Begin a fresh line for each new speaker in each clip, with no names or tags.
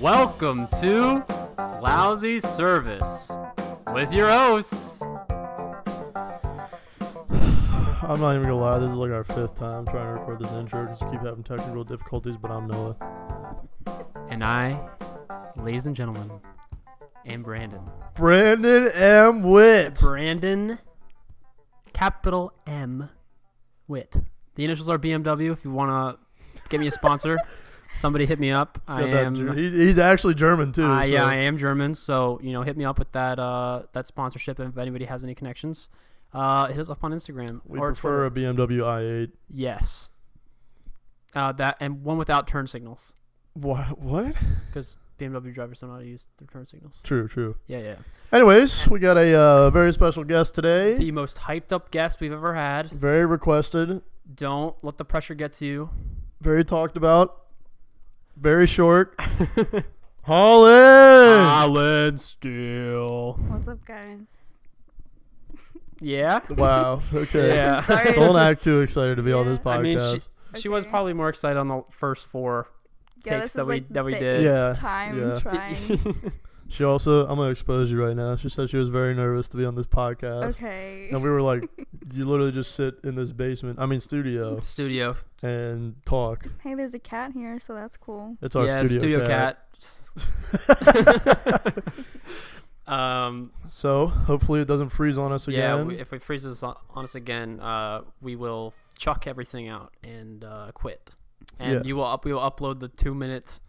Welcome to Lousy Service with your hosts.
I'm not even gonna lie, this is like our fifth time trying to record this intro. Just keep having technical difficulties, but I'm Noah.
And I, ladies and gentlemen, am Brandon.
Brandon M. Witt.
Brandon, capital M, Wit. The initials are BMW. If you want to get me a sponsor, somebody hit me up. I
Got that Ger-
am.
he's, he's actually German too.
I,
so-
yeah, I am German, so you know, hit me up with that uh, that sponsorship. If anybody has any connections, uh, hit us up on Instagram
we
or Twitter.
prefer a BMW i8.
Yes. Uh, that and one without turn signals
What? What?
because BMW drivers don't know how to use their turn signals.
True, true.
Yeah, yeah.
Anyways, we got a uh, very special guest today.
The most hyped up guest we've ever had.
Very requested,
Don't let the pressure get to you.
very talked about, very short. Holland.
Alan Steele.
What's up, guys?
Yeah.
wow. Okay.
Yeah.
Sorry.
Don't act too excited to be on this podcast.
Yeah.
I mean, she, she was
Okay.
probably more excited on the first four
Yeah,
takes
this
that
is
we
like
that we
the
did.
yeah.
Time
Yeah.
trying.
She also, I'm gonna expose you right now. She said she was very nervous to be on this podcast,
okay.
and we were like, "You literally just sit in this basement, I mean studio,
Studio.
and talk."
Hey, there's a cat here, so that's cool.
It's our
yeah,
studio, cat.
um,
So hopefully it doesn't freeze on us
Yeah,
again.
we, if it freezes on on us again, uh, we will chuck everything out and uh, quit. And
Yeah.
you will up, we will upload the two minute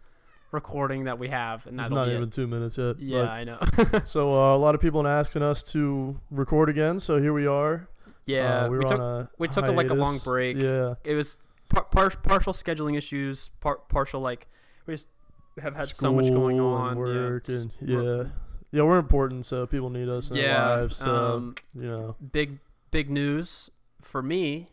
recording that we have, and
it's
that'll
not
be
even
it.
two minutes yet.
Yeah,
but-
I know.
so uh, a lot of people are asking us to record again. So here we are.
yeah,
Uh, we were
we
on
took
a
we took, like, a long
hiatus.
break.
Yeah.
it was par- par- partial scheduling issues, par- partial like we just have had so much going
School
on.
And
yeah,
work
s-
and
we're-
yeah. Yeah, we're important, so people need us in
yeah,
their lives. So
um,
you know,
big big news for me.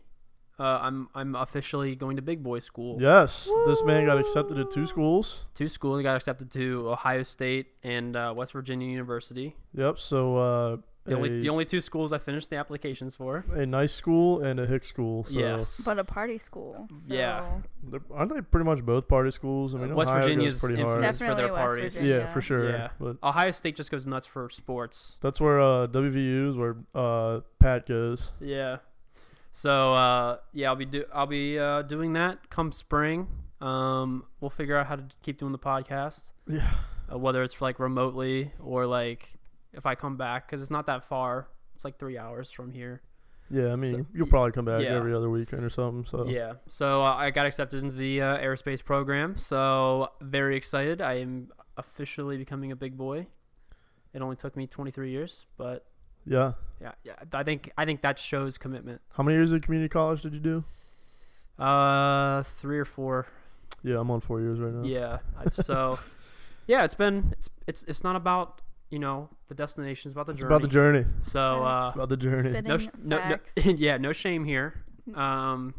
Uh, I'm I'm officially going to big boy school.
yes, this man got accepted at two schools.
two schools. I got accepted to Ohio State and uh, West Virginia University.
Yep. So uh,
The only,
a,
the only two schools I finished the applications for.
a nice school and a hick school. So
yes.
But a party school. So
Yeah.
they're- aren't they pretty much both party schools? I mean,
West
Ohio
Virginia's
goes pretty hard.
infamous for
Definitely
their
West
parties.
yeah,
Virginia.
for sure.
Yeah.
But
Ohio State just goes nuts for sports.
that's where uh, WVU is where uh, Pat goes.
Yeah. So uh, yeah, I'll be do I'll be uh, doing that come spring. Um, we'll figure out how to keep doing the podcast.
Yeah.
Uh, whether it's like remotely or like if I come back because it's not that far. It's like three hours from here.
Yeah, I mean,
So-
you'll probably come back
yeah.
every other weekend or something. So
Yeah. So uh, I got accepted into the uh, aerospace program. So very excited. I am officially becoming a big boy. It only took me 23 years, but
yeah.
yeah, yeah. I think I think that shows commitment.
How many years at community college did you do?
Uh, three or four.
Yeah, I'm on four years right now.
Yeah. I, so yeah, it's been it's it's it's not about you know the destination. It's about the
It's
journey.
about the journey.
So uh,
It's about the journey.
Spit-
no, sh- no, no
Facts.
yeah, no shame here. Um,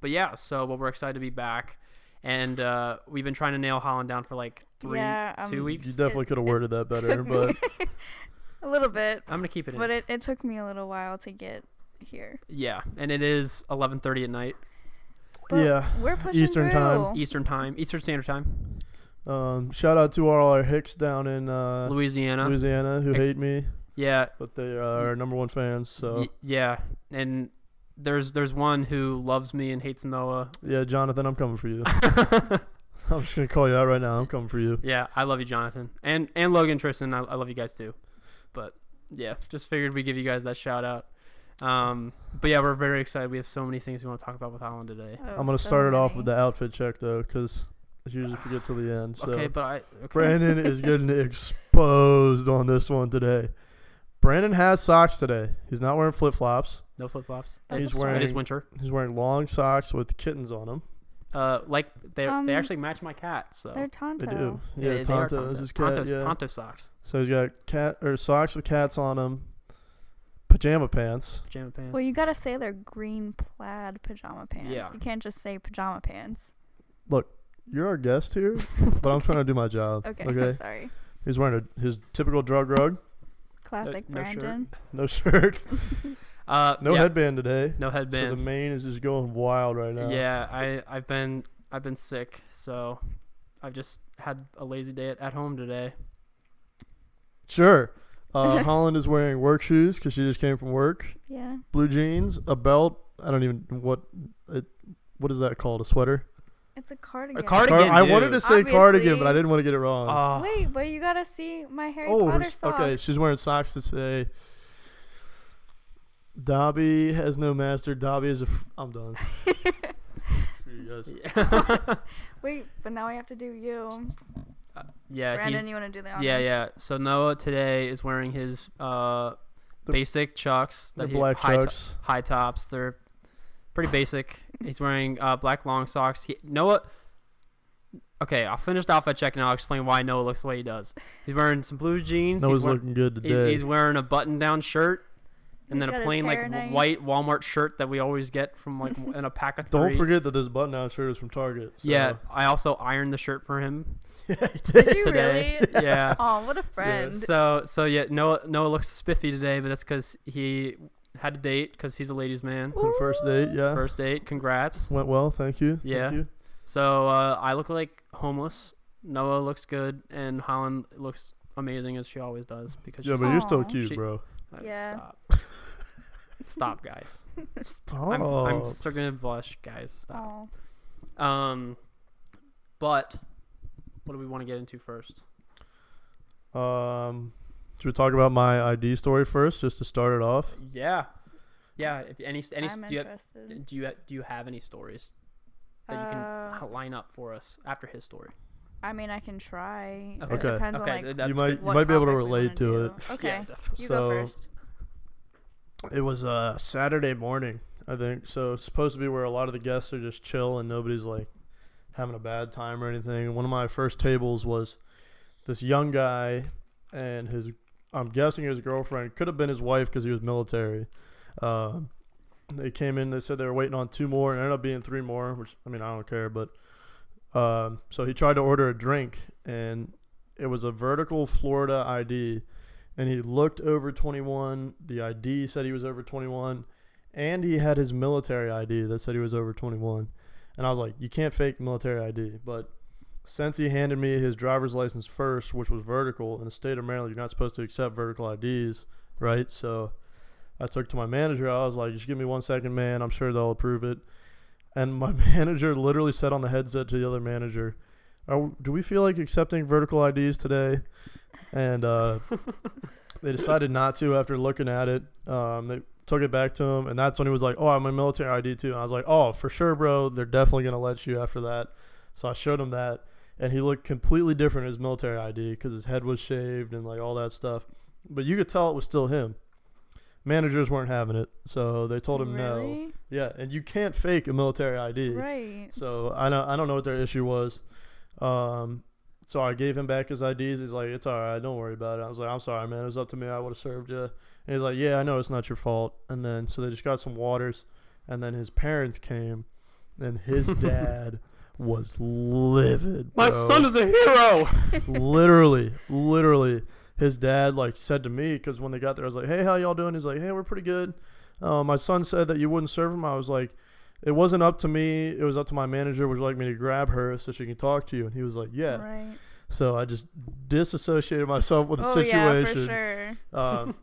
but yeah, so well, we're excited to be back, and uh, we've been trying to nail Holland down for like three,
Yeah,
two
um,
weeks.
You definitely
It-
could have
it
worded that better,
took
but
me a little bit,
I'm gonna keep it in.
but it, it took me a little while to get here.
yeah, and it is 11:30 at night
But
yeah.
We're pushing
Eastern time.
through.
Eastern time, Eastern Standard Time,
Um, shout out to all our Hicks down in uh,
Louisiana.
Louisiana who
Hick-
hate me,
yeah,
but they are our number one fans. So
y- yeah, and there's there's one who loves me and hates Noah.
Yeah, Jonathan, I'm coming for you. I'm just gonna call you out right now. I'm coming for you.
Yeah, I love you, Jonathan, and and Logan, Tristan. I, I love you guys too. But yeah, just figured we give you guys that shout out. Um, but yeah, we're very excited. We have so many things we want to talk about with Holland today.
Oh,
I'm gonna
so
start it off with the
many.
outfit check though, 'cause I usually forget till the end. So
okay, but I okay.
Brandon is getting exposed on this one today. Brandon has socks today. He's not wearing flip flops.
no flip flops.
That's
It's
He's
it
wearing-
is winter.
He's wearing long socks with kittens on them.
Uh, like they
Um,
they actually match my cat. So
They're
They
Tonto.
do.
They-
Yeah,
they are
Tonto is his cat.
Tonto's-
yeah.
Tonto socks,
So he's got cat or socks with cats on them, pajama pants.
pajama pants.
Well, you gotta say they're green plaid pajama pants.
Yeah.
You can't just say pajama pants.
You're our guest here, but I'm trying to do my job.
Okay,
Okay.
sorry.
He's wearing a, his typical drug rug.
Classic
Uh, no shirt.
Brandon.
No shirt.
uh,
No
yeah,
headband today.
no
So the
headband.
mane is just going wild right now.
yeah, I I've been I've been sick, so I've just had a lazy day at, at home today.
Sure. Uh, Holland is wearing work shoes because she just came from work.
Yeah.
Blue jeans, a belt. I don't even what. It, what is that called? A sweater.
It's a cardigan.
cardigan.
Car- I
dude.
wanted to say cardigan, but I
Obviously.
didn't want to get it wrong.
Ah,
Wait, but you gotta see my Harry
oh, her
Potter
s-
sock.
okay. She's wearing socks that say. Dobby has no master. Dobby is a. F- I'm done. Screw you guys.
yeah,
Wait, but now I have to do you.
yeah, he's-
Brandon, you wanna do the honors?
yeah, yeah. So Noah today is wearing his uh,
The-
basic chucks.
The
that he-
black
high to-
chucks.
high tops. They're pretty basic. He's wearing uh, black long socks. He, Noah. Okay, I'll finish the outfit check and I'll explain why Noah looks the way he does. He's wearing some blue jeans.
Noah's
he's, wear-
looking good
he-
today.
he's wearing a button-down shirt, and
He's
then
got
a
his
plain like
hair
w-
nice.
white Walmart shirt that we always get from like w- in a pack of three.
Don't forget that this button-down shirt is from Target. so-
Yeah, I also ironed the shirt for him
Did you
today.
really?
Yeah.
Oh, what a
So-
friend.
So so yeah, Noah Noah looks spiffy today, but that's because he had a date because he's a ladies' man.
On first date, yeah.
First date, congrats.
Went well, thank you.
Yeah.
Thank you.
So uh, I look like homeless. Noah looks good, and Holland looks amazing as she always does because
Yeah,
she's
but you're still
Aw.
cute,
She-
bro.
Uh,
Yeah.
stop, stop, guys.
Stop.
I'm I'm
Oh.
still gonna blush, guys. Stop.
Oh.
Um, but what do we want to get into first?
um, should we talk about my ID story first, just to start it off?
Yeah, yeah. If any any
I'm
do you, have,
interested.
do you ha- do you have any stories that you
Uh,
can h- line up for us after his story?
I mean, I can try.
Okay.
It
Okay.
depends
okay,
on
th-
like
that's
you might
good.
you
what
might be able to
topic we wanna
relate to it.
do.
Yeah,
Okay.
definitely.
You
So-
go first.
It was uh, Saturday morning, I think. So it's supposed to be where a lot of the guests are just chill and nobody's like having a bad time or anything. And one of my first tables was this young guy and his, I'm guessing his girlfriend, could have been his wife because he was military. Um they came in, they said they were waiting on two more, and ended up being three more, which, I mean, I don't care. But um, so he tried to order a drink, and it was a vertical Florida ID and he looked over 21. The ID said he was over 21, and he had his military ID that said he was over 21. And I was like, you can't fake military ID. But since he handed me his driver's license first, which was vertical, in the state of Maryland, you're not supposed to accept vertical IDs, right? So I took to my manager. I was like, just give me one second, man. I'm sure they'll approve it. And my manager literally said on the headset to the other manager, Are, do we feel like accepting vertical IDs today? And uh, they decided not to after looking at it. Um, they took it back to him, and that's when he was like, "Oh, I'm a military ID too." And I was like, "Oh, for sure, bro. They're definitely gonna let you after that." So I showed him that, and he looked completely different in his military ID because his head was shaved and like all that stuff. But you could tell it was still him. Managers weren't having it, so they told him no.
really?
Yeah, and you can't fake a military ID.
Right.
So I don't I don't know what their issue was. Um, so I gave him back his IDs. He's like, "It's all right, don't worry about it." I was like, "I'm sorry, man. It was up to me. I would have served you." And he's like, "Yeah, I know it's not your fault." And then so they just got some waters, and then his parents came, and his dad was livid.
My
bro.
son is a hero.
literally, literally. His dad like said to me because when they got there, I was like, "Hey, how y'all doing?" He's like, "Hey, we're pretty good." Uh, my son said that you wouldn't serve him. I was like, "It wasn't up to me. It was up to my manager. Would you like me to grab her so she can talk to you?" And he was like, "Yeah."
Right.
So I just disassociated myself with the
oh yeah, for
situation.
sure.
Um,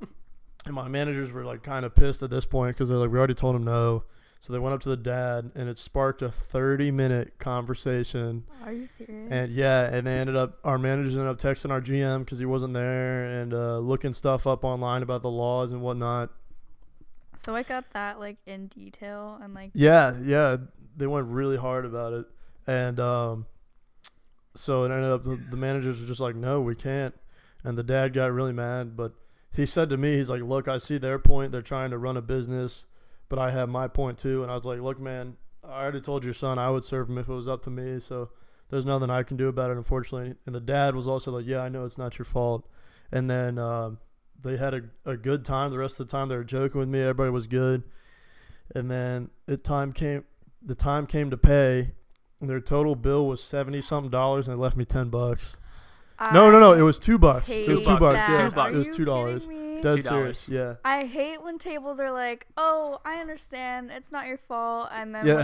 and my managers were like kind of pissed at this point because they're like, we already told him no. So they went up to the dad, and it sparked a 30 minute conversation
Are you serious?
and yeah, and they ended up our managers ended up texting our GM because he wasn't there and uh, looking stuff up online about the laws and whatnot.
so I got that like in detail and like
Yeah, yeah, they went really hard about it, and um, so it ended up the, the managers were just like, no, we can't, and the dad got really mad. But he said to me, he's like, look, I see their point. They're trying to run a business, but I have my point too. And I was like, look, man, I already told your son I would serve him if it was up to me. So there's nothing I can do about it, unfortunately. And the dad was also like, yeah, I know it's not your fault. And then um, they had a, a good time. The rest of the time, they were joking with me. Everybody was good. And then it time came. The time came to pay. And their total bill was seventy something dollars, and they left me ten bucks. No, no, no. It was two bucks. It was
hate
two bucks.
that.
Yeah,
Two bucks.
it was two dollars.
Two
Dead
dollars.
serious. Yeah.
I hate when tables are like, "Oh, I understand. It's not your fault,
And then our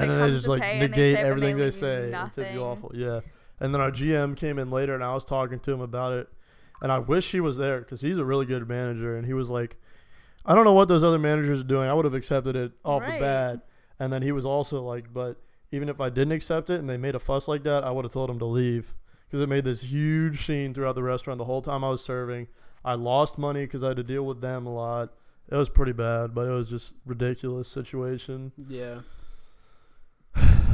GM came in later, and I was talking to him about it. And I wish he was there because he's a really good manager. And he was like, I don't know what those other managers are doing. I would have accepted it off
Right.
the bat. And then he was also like, but even if I didn't accept it and they made a fuss like that, I would have told him to leave because it made this huge scene throughout the restaurant the whole time I was serving. I lost money because I had to deal with them a lot. It was pretty bad, but it was just ridiculous situation.
Yeah.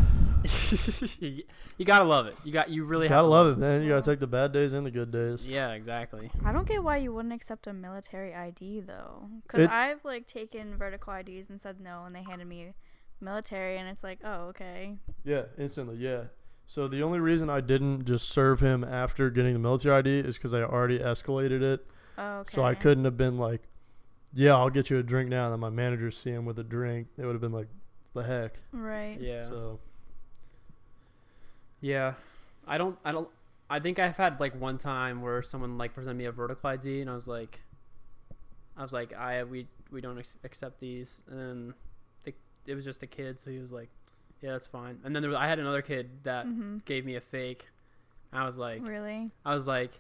you gotta love it. You got you really have
gotta
to
love it, man. You
Well-
gotta take the bad days and the good days.
Yeah, exactly.
I don't get why you wouldn't accept a military ID though, because
It-
I've like taken vertical IDs and said no, and they handed me military, and it's like, oh okay,
Yeah, instantly. Yeah. So the only reason I didn't just serve him after getting the military ID is because I already escalated it.
oh okay.
So I couldn't have been like, "Yeah, I'll get you a drink now." And then my manager see him with a drink. They would have been like, "The heck."
Right.
Yeah.
So
Yeah. I don't I don't I think I've had like one time where someone like presented me a vertical ID and I was like I was like I we we don't ex- accept these and then the, it was just a kid so he was like yeah that's fine and then there was I had another kid that
Mm-hmm.
gave me a fake I was like
Really?
I was like,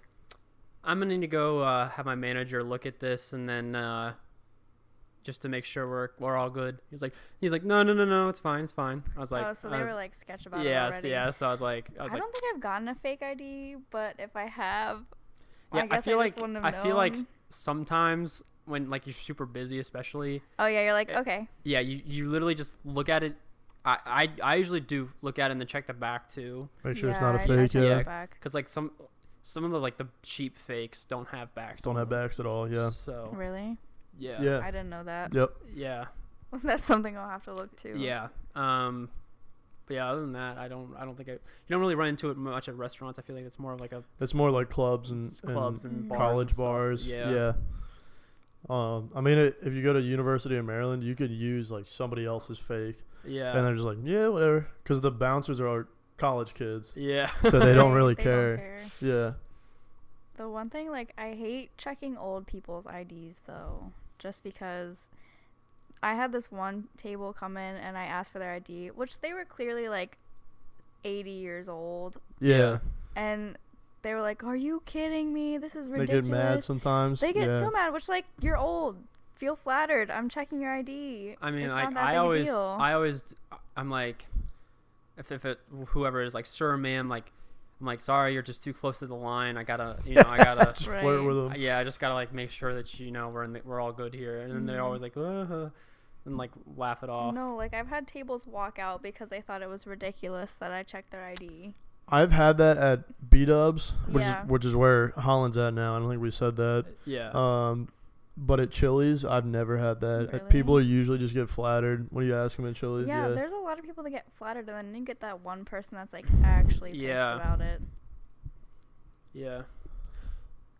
I'm gonna need to go uh, have my manager look at this, and then uh, just to make sure we're we're all good. He's like, he's like, no, no, no, no, it's fine, it's fine. I was like,
oh, so
I
they
was-
were like sketch about it
yes,
already.
yes. So I was like, I
I,
was like,
don't think I've gotten a fake ID, but if I have,
yeah,
I guess I,
feel
just
like
wouldn't
I
have
feel like
known.
s- sometimes when like you're super busy, especially,
Oh yeah, you're like
Eh,
okay.
yeah, you you literally just look at it. I, I, I usually do look at it and then check the back too,
make sure it's not a
I- I
fake.
checked
Yeah.
it back.
because like some some of the like the cheap fakes don't have backs.
Don't
on
have
them.
backs at all. Yeah.
So
Really?
yeah,
Yeah.
I didn't know that.
Yep.
yeah.
That's something I'll have to look to.
Yeah. Um, but yeah, other than that, I don't. I don't think I. You don't really run into it much at restaurants. I feel like it's more of like a
It's more like clubs and, and
clubs and,
and
bars
college
and stuff.
bars.
Yeah.
Yeah. Um, I mean, i- if you go to University of Maryland, you could use like somebody else's fake,
Yeah.
and they're just like, yeah, whatever, because the bouncers are college kids,
yeah.
so they don't
Right,
really
they
care.
care.
Yeah,
The one thing, like, I hate checking old people's IDs though, just because I had this one table come in and I asked for their ID, which they were clearly like 80 years old,
yeah,
Yeah.
and they were like, "Are you kidding me? This is
they get
ridiculous."
mad sometimes.
They get
yeah.
so mad, which like you're old. Feel flattered. I'm checking your ID.
I mean,
It's
like
not that
I
big a
always,
deal.
I always, I'm like, if if it whoever it is like sir, ma'am, like, I'm like sorry, you're just too close to the line. I gotta, you know, I gotta.
just
Right.
flirt with them.
yeah, I just gotta like make sure that you know we're in the, we're all good here, and then they're
Mhm.
always like, uh and like laugh it off.
No, like I've had tables walk out because they thought it was ridiculous that I checked their ID.
I've had that at B Dubs, which
Yeah.
is which is where Holland's at now. I don't think we said that.
Yeah,
Um, but at Chili's, I've never had that. Uh,
Really?
People usually just get flattered when you ask them at Chili's.
yeah,
Yeah,
there's a lot of people that get flattered, and then you get that one person that's like actually pissed
Yeah.
about it.
Yeah.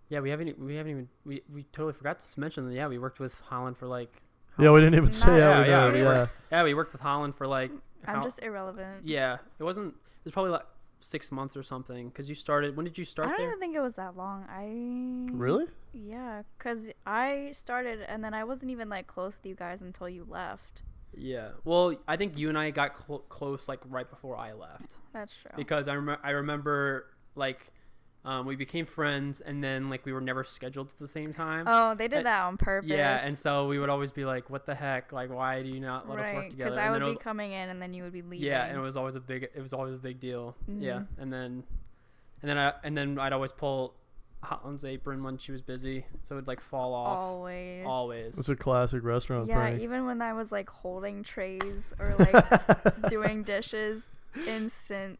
Yeah, we haven't e- we haven't even we, we totally forgot to mention that yeah, we worked with Holland for like how-
yeah. We didn't even
Not-
say how
Yeah,
we
yeah,
know,
we
yeah.
were- yeah, we worked with Holland for like how-
I'm just irrelevant.
yeah, it wasn't it was probably like 6 months or something cuz you started when did you
I
start
don't
there?
even think it was that long. I
Really?
yeah, cause I started and then I wasn't even like close with you guys until you left.
Yeah. Well, I think you and I got cl- close like right before I left
That's true.
because I remember I remember like um, we became friends and then like we were never scheduled at the same time.
oh, they did
and-
that on purpose.
yeah, and so we would always be like, "What the heck? Like, why do you not let us work
right,
together?"
because
And then
I would
it
be
was-
coming in and then you would be leaving.
Yeah, and it was always a big it was always a big deal. Yeah,
Mhm.
and then and then I and then I'd always pull Holland's apron when she was busy, so it'd like fall off
always,
always.
It's a classic restaurant
Yeah,
prank.
even when I was like holding trays or like doing dishes, instant.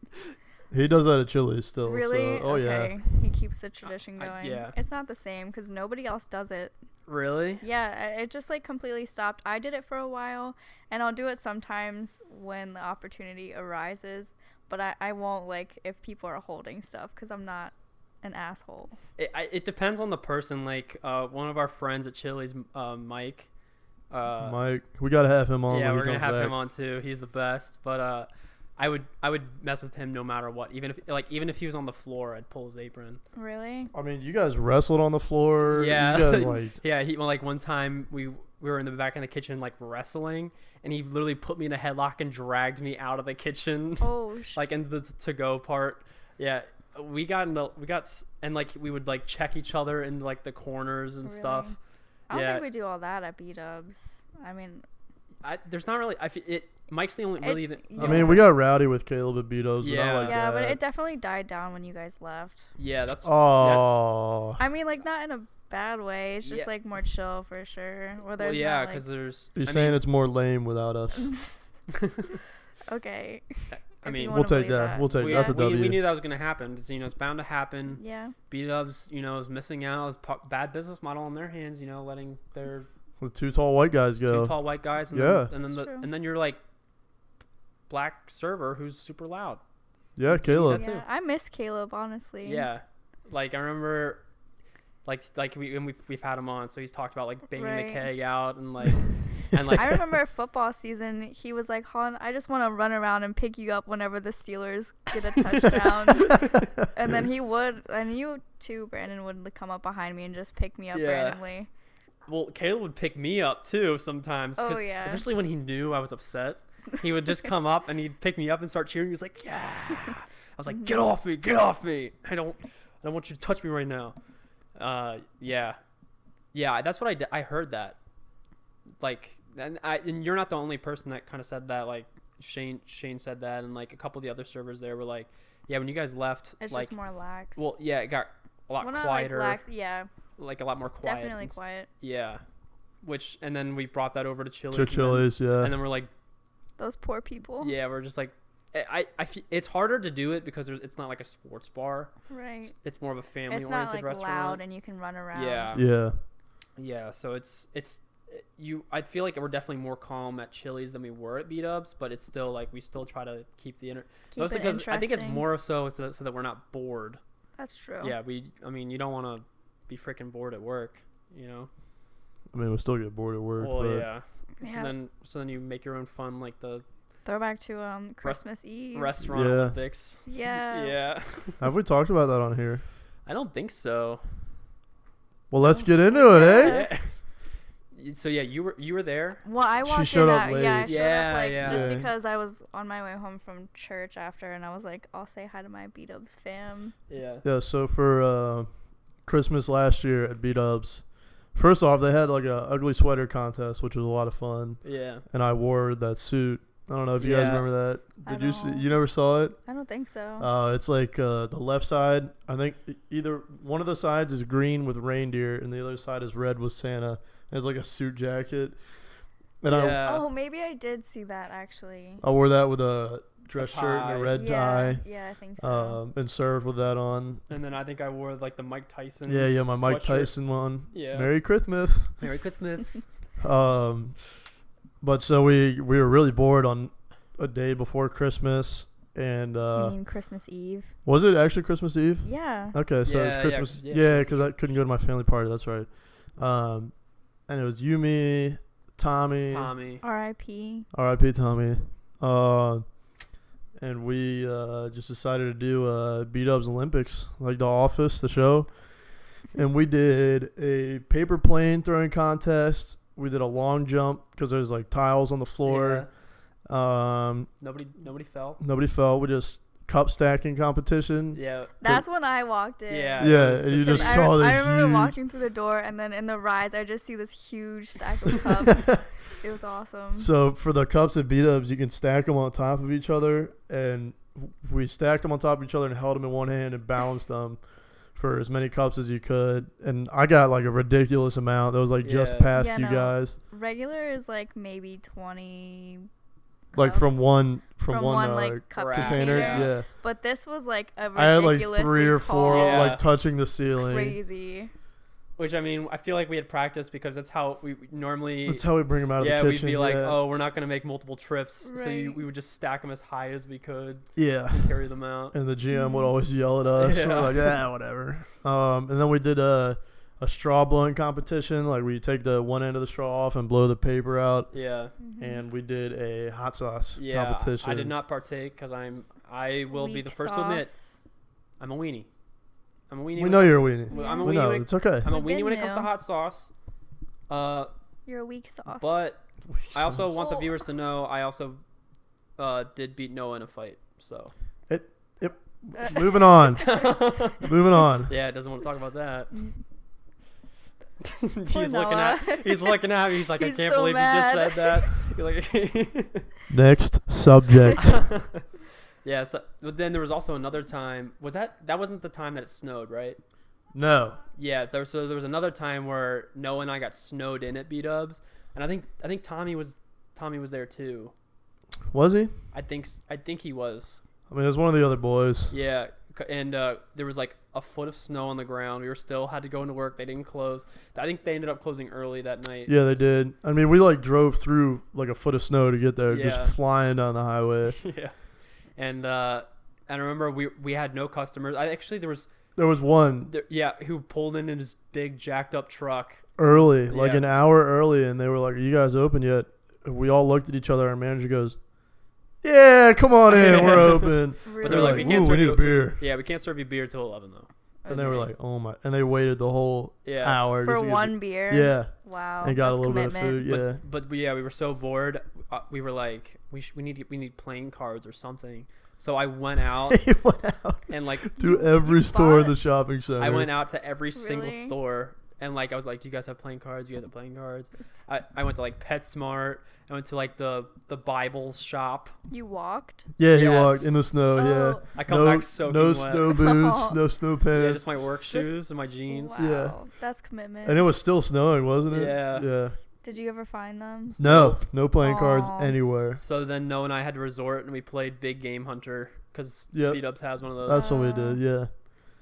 he does that at Chili's still. so-
Really?
oh yeah.
okay. He keeps the tradition
I-
going.
yeah.
It's not the same because nobody else does it.
Really?
Yeah, I- it just like completely stopped. I did it for a while, and I'll do it sometimes when the opportunity arises. But I, I won't like if people are holding stuff because I'm not an asshole.
It, I, it depends on the person. Like uh, one of our friends at Chili's, uh, Mike. Uh,
Mike, we gotta have him on.
yeah,
when
we're
he
gonna
comes
have
back.
him on too. He's the best. But uh, I would I would mess with him no matter what. Even if like even if he was on the floor, I'd pull his apron.
Really?
I mean, you guys wrestled on the floor.
Yeah.
You guys like
Yeah, he well, like one time we we were in the back in the kitchen like wrestling, and he literally put me in a headlock and dragged me out of the kitchen,
Oh, sh-
like into the to go part. Yeah, we got in the we got s- and like we would like check each other in like the corners and stuff.
Really? I don't
Yeah.
think we do all that at B Dubs. I mean,
I, there's not really I fe- it. Mike's the only
It-
really. the,
I
I
the
mean, we got rowdy with Caleb and Beatos, but
Yeah.
not like
yeah,
that.
but it definitely died down when you guys left.
yeah, that's
uh, oh,
I mean, like not in a bad way. It's just
Yeah.
like more chill for sure. Where
well,
there's
yeah,
not,
because there's.
you're
I
saying
mean,
it's more lame without us.
okay.
I
if you
mean,
we'll take
wanna believe
that.
that.
We'll take
we,
that's a
we,
W.
we knew that was gonna happen. It's, you know, it's bound to happen.
Yeah.
B Dubs, you know, is missing out. It's po- bad business model on their hands. You know, letting their
the two tall white guys go.
two tall white guys. And
Yeah.
Then, and then
That's
the,
true.
and then you're like black server who's super loud.
yeah, Caleb.
That
yeah.
too.
I miss Caleb honestly.
Yeah. Like I remember like like we and we've we've had him on, so he's talked about like banging
Right.
the keg out and like and like
I remember football season. He was like, "Hon, I just want to run around and pick you up whenever the Steelers get a touchdown." and then he would, and you too, Brandon would like, come up behind me and just pick me up
Yeah.
randomly.
well Caleb would pick me up too sometimes. 'cause-
Oh, yeah.
Especially when he knew I was upset. He would just come up and he'd pick me up and start cheering. He was like, Yeah I was
Mm-hmm.
like, Get off me, get off me. I don't I don't want you to touch me right now. Uh yeah. Yeah, that's what I did. I heard that. Like and I and you're not the only person that kind of said that like Shane Shane said that and like a couple of the other servers there were like yeah when you guys left
It's
like
just more lax.
well yeah it got a lot
Well, not,
quieter
Like,
like,
lax. Yeah,
a lot more quiet
definitely
and s-
quiet.
yeah which and then we brought that over to Chili's
to
and then-
Chili's, yeah.
and then we're like
Those poor people.
yeah we're just like eh, I, I, I fe- it's harder to do it because there's, it's not like a sports bar
Right.
it's more of a family
It's not
oriented
like
restaurant
loud and you can run around.
yeah
yeah.
Yeah, so it's it's you. I feel like we're definitely more calm at Chili's than we were at Beat Ups, but it's still like we still try to keep the inner.
Keep
Mostly
it
because I think it's
interesting.
more so so that, so that we're not bored.
That's true.
Yeah, we. I mean, you don't want to be freaking bored at work, you know.
I mean, we still get bored at work.
well,
but
yeah. So
Yeah.
then, so then you make your own fun, like the
Throwback to um Christmas Eve.
restaurant
Yeah.
Olympics.
Yeah.
Yeah.
Have we talked about that on here?
I don't think so.
Well, let's get into it, eh?
Yeah.
Yeah. so yeah, you were you were there.
Well, I
She
walked
showed
in
up
at, yeah, I
late.
showed
Yeah,
up like
yeah.
just
Yeah.
because I was on my way home from church after, and I was like, I'll say hi to my beat ups fam.
Yeah.
Yeah, so for uh, Christmas last year at B Dubs, first off, they had like a ugly sweater contest, which was a lot of fun,
Yeah.
and I wore that suit. I don't know if you guys
Yeah.
remember that.
I
Did you see,
don't.
you never saw it?
I don't think so.
Uh, it's like uh, the left side. I think e- either one of the sides is green with reindeer, and the other side is red with Santa. And it's like a suit jacket, and
yeah.
oh, maybe I did see that actually.
I I wore that with a dress shirt and
tie.
a red
yeah,
tie,
Yeah, I think so.
um, and served with that on.
And then I think I wore like the Mike Tyson.
Yeah, yeah, my Mike
sweatshirt.
Tyson one.
Yeah.
Merry Christmas.
Merry Christmas.
Um, but so we we were really bored on a day before Christmas, and
you
uh,
mean Christmas Eve?
was it actually Christmas Eve?
Hmm. Yeah.
Okay, so
Yeah,
it's
yeah,
Christmas.
yeah,
Yeah, because I couldn't go to my family party. That's right. Um, and it was you, me, Tommy,
Tommy.
R.I.P.
R.I.P. Tommy. Uh, and we uh, just decided to do uh, B Dubs Olympics, like The Office, the show. And we did a paper plane throwing contest. We did a long jump because there's like tiles on the floor.
Yeah.
Um,
Nobody nobody fell.
nobody fell. We just cup stacking competition.
Yeah.
That's when I walked in.
Yeah.
Yeah,
it was
and you
just-
Because
just
I,
saw
rem- I
this
remember
huge-
walking through the door, and then in the rise, I just see this huge stack of cups. it was awesome.
So for the cups and beat ups, you can stack them on top of each other, and we stacked them on top of each other and held them in one hand and balanced them for as many cups as you could. And I got like a ridiculous amount that was like just
Yeah.
past
Yeah,
you
no.
guys,
Regular is like maybe twenty.
like from
cups.
one from,
From
one,
one,
uh,
like, cup
container.
container.
Yeah,
But this was like a
I had like
ridiculously
three or four
tall,
Yeah.
like touching the ceiling.
crazy.
Which I mean, I feel like we had practice because that's how we we normally.
That's how we bring them out of
yeah,
the
we'd
kitchen.
be like,
yeah.
oh, we're not gonna make multiple trips, so you,
Right.
we would just stack them as high as we could
yeah.
and carry them out.
and the GM would always yell at us. We're
Mm. Yeah.
like, ah, whatever. Um, and then we did a, a straw blowing competition. Like we take the one end of the straw off and blow the paper out.
Yeah,
And we did a hot sauce
Mm-hmm. yeah. I-
competition.
I did not partake because I'm. I will be
Weak
the first to admit
sauce.
I'm a weenie. I'm a weenie.
We
when
know
it
you're a weenie.
comes- I'm a
We
weenie.
know
When it,
it's okay.
I'm a
We've been
weenie when it comes to
new.
hot sauce. Uh,
You're a weak sauce.
but I also want the
Well-
viewers to know I also uh did beat Noah in a fight. So
it Moving on. Moving on.
Yeah, doesn't want to talk about that. he's
Poor
looking at
Noah.
he's looking at me. He's like, I
He's
can't
so
believe you
mad.
just said that. You're like,
Next subject.
yeah. So, but then there was also another time. Was that that wasn't the time that it snowed, right?
no.
Yeah. There. So there was another time where Noah and I got snowed in at B Dubs, and I think I think Tommy was Tommy was there too.
Was he?
I think s- I think he was.
I mean, it was one of the other boys.
Yeah. c- And uh, there was like a foot of snow on the ground. We were still had to go into work. They didn't close. I think they ended up closing early that night.
Yeah, they did. I mean, we like drove through like a foot of snow to get there,
Yeah.
just flying down the highway.
yeah. And uh, and I remember we we had no customers. I actually there was
There was one
there, yeah who pulled in in his big jacked up truck.
early, like
Yeah.
an hour early, and they were like, "Are you guys open yet?" And we all looked at each other. Our manager goes, "Yeah, come on in. We're open."
Really?
But
And
they're
they're
like,
like,
"We can't
"Ooh, we
serve
need
you
a beer,"
Yeah, we can't serve you beer till eleven though.
and they were like, "Oh my!" And they waited the whole
Yeah.
hour
for
just to get
one
the-
beer.
Yeah,
Wow.
and got a
that's
little
commitment.
bit of food.
But but yeah, we were so bored. Uh, we were like, we sh- we need to- we need playing cards or something. So I went out
Yeah, he went out
and like
to every
you
store in
bought-
the shopping center.
I went out to every single
Really?
store and like I was like, "Do you guys have playing cards? Do you guys have playing cards?" I, I went to like PetSmart. I went to like the the Bible shop.
You walked.
Yeah, he
Yes.
walked in the snow. Yeah.
Oh,
I come
no,
back soaking
no
wet.
snow boots, no snow
Yeah,
pants,
just my work shoes and my jeans.
Wow.
Yeah.
That's commitment.
and it was still snowing, wasn't it?
Yeah.
Yeah.
Did you ever find them?
No, no playing cards
Aw.
anywhere.
So then Noah and I had to resort and we played Big Game Hunter because
Yep.
B Dubs has one of those.
That's what we
Uh,
did. Yeah.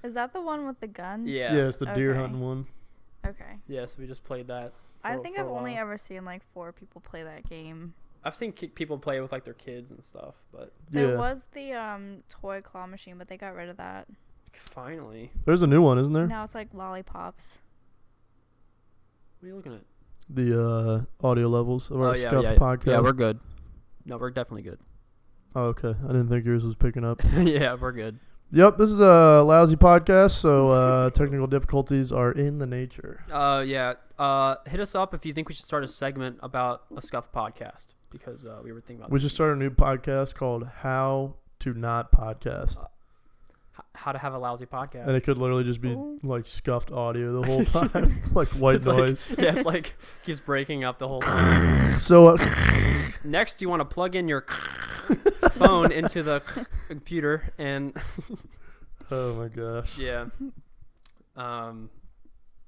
Is that the one with the guns?
Yeah.
Yeah, it's the deer
Okay.
hunting one.
Okay.
yeah, so we just played that.
I
for-
think
for a
I've only
while.
ever seen like four people play that game.
I've seen ki- people play with like their kids and stuff, but
Yeah.
There was the um toy claw machine, but they got rid of that.
finally,
There's a new one, isn't there?
Now it's like lollipops.
what are you looking at?
The uh, audio levels of
Oh,
our scuffed podcast.
good. No, we're definitely good.
oh, okay. I didn't think yours was picking up.
yeah, we're good.
Yep, this is a lousy podcast, so uh, technical difficulties are in the nature.
Uh, yeah. Uh, hit us up if you think we should start a segment about a scuff podcast because uh, we were thinking about
We just started a new podcast called How to Not
Oh,
Podcast.
h- how to have a lousy podcast.
And it could literally just be
Ooh.
like scuffed audio the whole time, like white
It's like-
noise.
yeah, it's like keeps breaking up the whole time.
So uh,
Next, you want to plug in your phone into the computer, and
Oh my gosh.
yeah, um,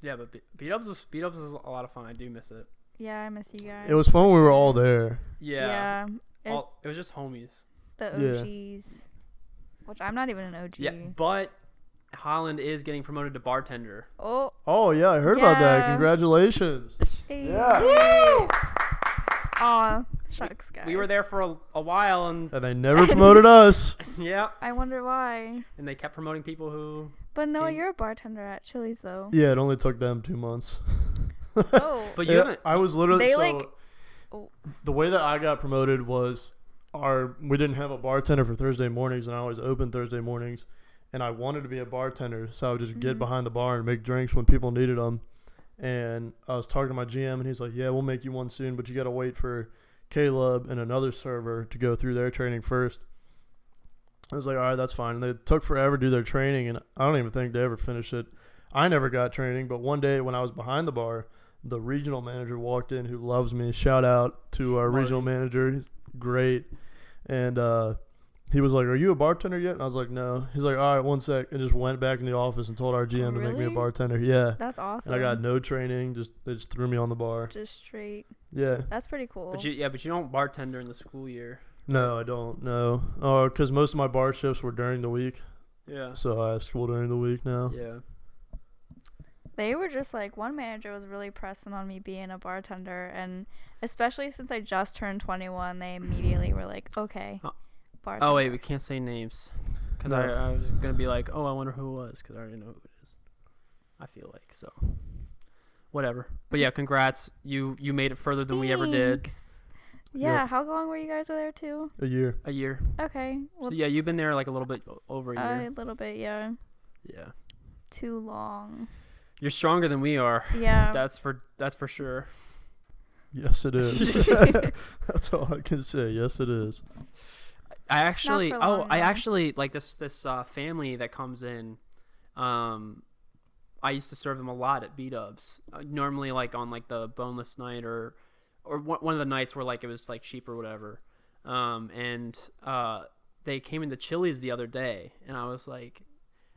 yeah. But be- beat ups, was, beat ups is a lot of fun. I do miss it.
Yeah, I miss you guys.
It was fun when we were all there.
Yeah,
Yeah, it-
All, it was just homies.
the
Yeah.
OGs. Which I'm not even an OG.
Yeah, but Holland is getting promoted to bartender.
Oh,
Oh yeah, I heard about that.
Yeah.
Congratulations.
hey.
Yeah.
Aw, shucks, guys.
We were there for a, a while, and
And they never promoted us.
yeah,
I wonder why.
and they kept promoting people who.
But no,
Dang.
you're a bartender at Chili's though.
Yeah, it only took them two months.
oh,
But you
Yeah,
haven't.
I was literally
They,
so
like- oh.
the way that I got promoted was our we didn't have a bartender for Thursday mornings and I always opened Thursday mornings and I wanted to be a bartender, so I would just get
Mhm.
behind the bar and make drinks when people needed them. And I was talking to my GM and he's like, "Yeah, we'll make you one soon, but you got to wait for Caleb and another server to go through their training first. I was like, all right, that's fine. And they took forever to do their training, and I don't even think they ever finished it. I never got training, but one day when I was behind the bar, the regional manager walked in who loves me. Shout out to our
Marty.
regional manager. He's great. And uh, he was like, Are you a bartender yet? And I was like, No. He's like, All right, one sec. And just went back in the office and told our GM to make me a
Really?
bartender. Yeah.
that's awesome.
And I got no training. Just They just threw me on the bar.
just straight.
Yeah.
That's pretty cool.
But you, yeah, but you don't bartender in the school year.
No, I don't. No. Oh, because most of my bar shifts were during the week.
Yeah.
So I have school during the week now.
Yeah.
They were just like one manager was really pressing on me being a bartender, and especially since I just turned 21, they immediately were like, "Okay,
Oh.
bartender."
Oh wait, we can't say names because
No.
I, I was gonna be like, oh, I wonder who it was because I already know who it is. I feel like so. Whatever. But yeah, congrats. You you made it further than we ever did.
Thanks. Yeah, how long were you guys there too?
A year.
A year.
Okay, well,
so yeah, you've been there like a little bit o- over a
uh,
year.
a little bit, yeah.
yeah.
Too long.
You're stronger than we are.
Yeah.
That's for that's for sure.
Yes, it is. That's all I can say. Yes, it is.
I- I actually,
for
oh,
long,
I
no.
actually like this this uh, family that comes in. Um, I used to serve them a lot at B Dubs. Uh, normally, like on like the boneless night or or one one of the nights where like it was like cheap or whatever. Um, and uh, they came into Chili's the other day, and I was like,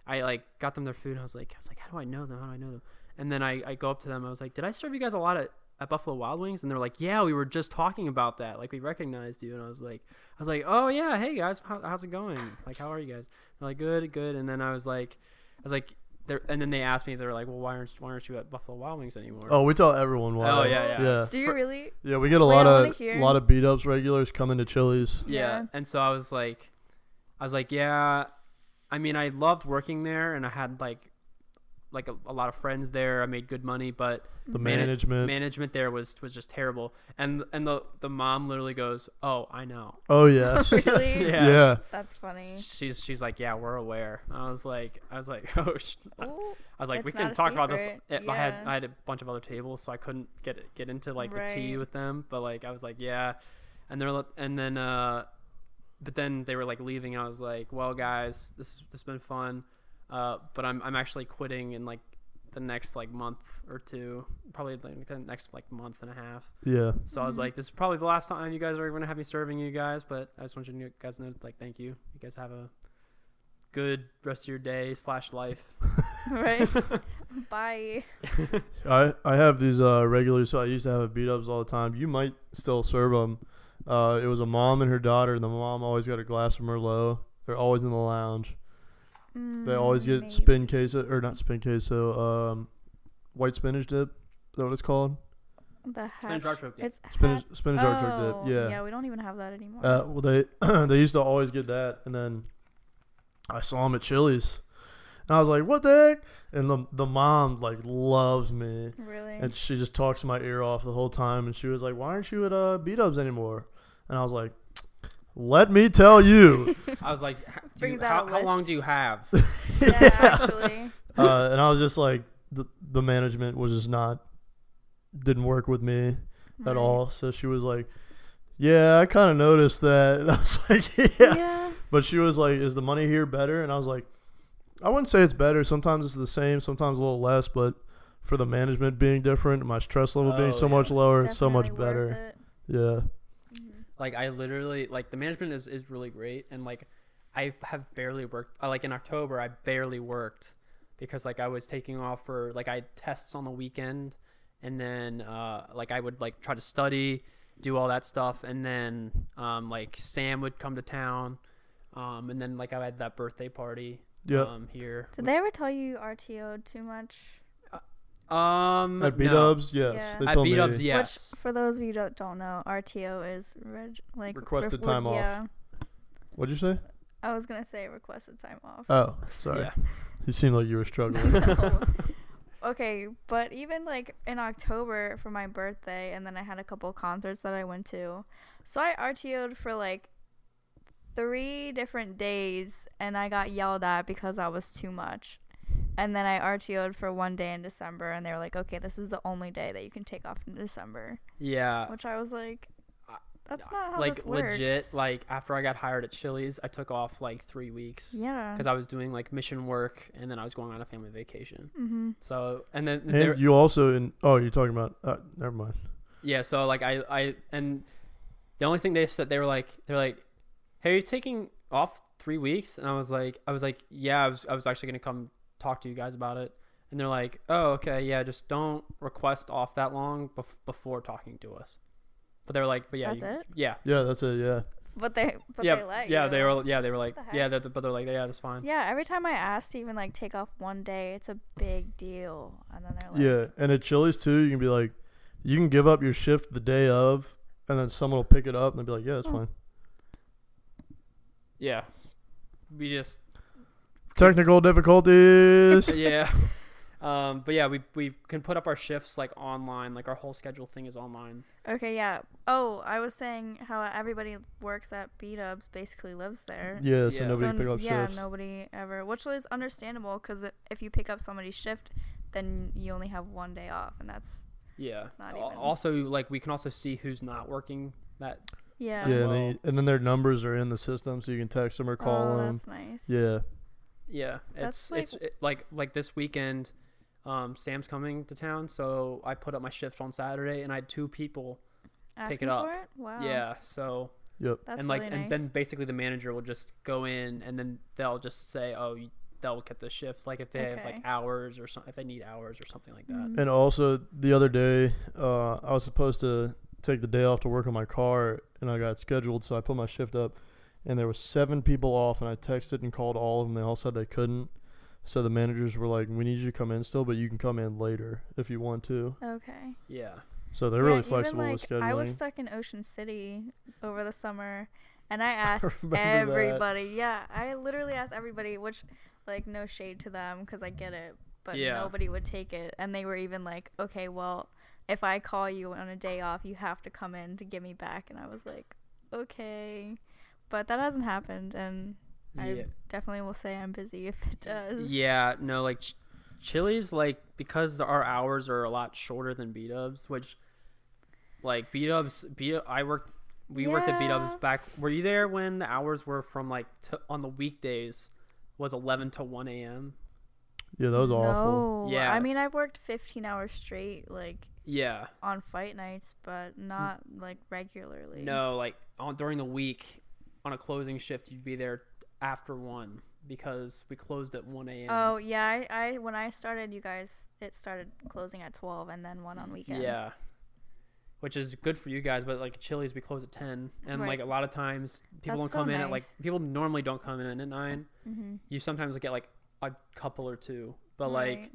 I like got them their food. And I was like, I was like, how do I know them? How do I know them? And then I, I go up to them. I was like, did I serve you guys a lot at, at Buffalo Wild Wings? And they're like, yeah, we were just talking about that. Like we recognized you. And I was like, I was like, oh yeah, hey guys, how, how's it going? Like how are you guys? They're like good, good. And then I was like, I was like, they're, and then they asked me, they're like, well, why aren't why aren't you at Buffalo Wild Wings anymore?
Oh, we tell everyone why.
Oh, yeah, yeah.
yeah.
Do you
For-
really?
Yeah, we get a
Wait,
lot
I wanna
of
hear.
lot of beat ups regulars coming to Chili's.
yeah.
Yeah.
And so I was like, I was like, yeah. I mean, I loved working there, and I had like, like a, a lot of friends there. I made good money, but
The
Mana-
management.
management there was was just terrible. And and the the mom literally goes, "Oh, I know."
oh yes.
really?
Yeah.
yeah.
That's funny.
She's she's like, "Yeah, we're aware." And I was like, I was like, "Oh." sh-" I
Ooh,
was like,
It's
"We
not
can
a
talk about this."
secret.
I- I had
Yeah.
I had a bunch of other tables, so I couldn't get get into like the tea
Right.
with them, but like I was like, "Yeah." And they're li- and then uh but then they were like leaving and I was like, "Well, guys, this this has been fun, uh but I'm I'm actually quitting in like the next like month or two, probably like the next like month and a half."
Yeah.
So
Mm-hmm.
I was like, this is probably the last time you guys are going to have me serving you guys, but I just want you to know- guys to know, like, thank you. You guys have a good rest of your day slash life. uh,
right. Bye.
I I have these uh, regulars who I used to have at beat ups all the time. You might still serve them. Uh, it was a mom and her daughter, and the mom always got a glass of Merlot. They're always in the lounge.
Mm,
They always get spin queso or not spin queso, um, white spinach dip. Is that what it's called?
The
Spinach artichoke dip.
It's
Spinach
hatch-
spinach artichoke
Oh,
dip. Yeah.
Yeah, we don't even have that anymore.
Uh, well, they they used to always get that, and then I saw him at Chili's, and I was like, "What the heck?" And the the mom like loves me,
really?
and she just talks my ear off the whole time, and she was like, "Why aren't you at uh, beat ups anymore?" And I was like, "Let me tell you."
I was like, "H- do you,
Brings out
how,
a
how long
list.
do you have?
yeah, actually.
uh, and I was just like, the the management was just not didn't work with me at
Right.
all. So she was like, "Yeah, I kind of noticed that," and I was like,
Yeah.
But she was like, "Is the money here better?" And I was like, "I wouldn't say it's better. Sometimes it's the same, sometimes a little less, but for the management being different, my stress level being
Oh,
so
yeah.
much lower, it's so much
Definitely worth Mm-hmm.
better." Yeah,
like, I literally, like, the management is, is really great. And, like, I have barely worked. uh, Like, in October, I barely worked because, like, I was taking off for, like, I had tests on the weekend. And then, uh, like, I would, like, try to study, do all that stuff. And then, um, like, Sam would come to town. Um, and then, like, I had that birthday party
yeah.
um, here.
Did they ever tell you RTO too much?
Um,
at B
no.
Dubs, yes,
Yeah.
they
At
told
B Dubs,
me.
yes.
Which, for those of you that don't know, RTO is reg- like
Requested
refor-
time off.
Yeah,
What'd you say?
I was gonna say requested time off.
Oh, sorry.
Yeah.
You seemed like you were struggling.
okay, but even like in October for my birthday, and then I had a couple concerts that I went to. So I RTO'd for like three different days, and I got yelled at because I was too much. And then I RTO'd for one day in December, and they were like, "Okay, this is the only day that you can take off in December,"
Yeah.
which I was like,
I-
"That's not how
Uh, like
this works."
legit, like after I got hired at Chili's, I took off like three weeks
yeah,
because I was doing like mission work and then I was going on a family vacation.
mm-hmm.
So and then there,
and you also in? Oh, you're talking about? Uh, never mind.
yeah, so like I I and the only thing they said they were like they're like, hey, are you taking off three weeks? And I was like I was like yeah, I was I was actually gonna come talk to you guys about it. And they're like, oh okay, yeah, just don't request off that long bef- before talking to us. But they were like, but yeah,
That's
you-
it?
yeah,
Yeah, that's it. Yeah,
but they, but
yeah,
they let
yeah,
you.
they were, yeah, they were like,
the
yeah,
heck?
that, but they're like, yeah, that's fine.
Yeah, every time I ask to even like take off one day, it's a big deal, and then they're like,
yeah. And at Chili's too, you can be like, you can give up your shift the day of, and then someone will pick it up and they'll be like, "Yeah, that's
Oh.
fine."
Yeah, we just,
Technical difficulties.
yeah, um, but yeah, we we can put up our shifts like online, like our whole schedule thing is online.
okay, yeah. Oh, I was saying how everybody works at B Dubs basically lives there.
Yeah, so
Yeah.
nobody
So
can pick
n-
up
yeah,
shifts.
nobody ever, which is understandable because if you pick up somebody's shift, then you only have one day off, and that's
Yeah.
Not
Al-
even.
Also, like we can also see who's not working that
Yeah.
Yeah,
as
and, then
well.
you- and then their numbers are in the system, so you can text them or call
oh,
them.
that's nice.
Yeah,
Yeah, it's
That's, like-
it's it, like like this weekend, um, Sam's coming to town, so I put up my shift on Saturday, and I had two people.
Asking
pick it up.
For it? Wow.
Yeah, so
yep.
That's
and like
really nice.
and then basically the manager will just go in, and then they'll just say, oh, you- they'll get the shift, like if they have like
Okay.
hours or something, if they need hours or something like that.
Mhm.
And also the other day, uh, I was supposed to take the day off to work on my car, and I got scheduled, so I put my shift up, and there was seven people off, and I texted and called all of them. They all said they couldn't, so the managers were like, "We need you to come in still, but you can come in later if you want to."
Okay.
Yeah,
So they're
Yeah,
really
even,
flexible
like,
with scheduling.
I was stuck in Ocean City over the summer, and I asked
remember that.
everybody. Yeah, I literally asked everybody, which, like, no shade to them because I get it, but
Yeah.
nobody would take it. And they were even like, okay, well, if I call you on a day off, you have to come in to get me back. And I was like, okay. But that hasn't happened, and
yeah,
I definitely will say I'm busy if it does.
yeah. No, like Ch- Chili's, like because the, our hours are a lot shorter than B Dubs, which like B Dubs, B I worked. We worked at B Dubs
Yeah.
back. Were you there when the hours were from like to, on the weekdays was 11 to 1 a.m.?
yeah, that was awful.
No. I
Yes.
mean, I've worked 15 hours straight, like,
Yeah.
on fight nights, but not like regularly.
Mm. No, like on during the week on a closing shift, you'd be there after 1 because we closed at 1 a.m.
Oh yeah, I, I when I started, you guys, it started closing at twelve, and then one on weekends.
Yeah. Which is good for you guys, but like Chili's we close at ten, and
Right.
like a lot of times people
That's
don't come
so
in at like
nice.
people normally don't come in at nine.
Mm-hmm.
You sometimes get like a couple or two, but like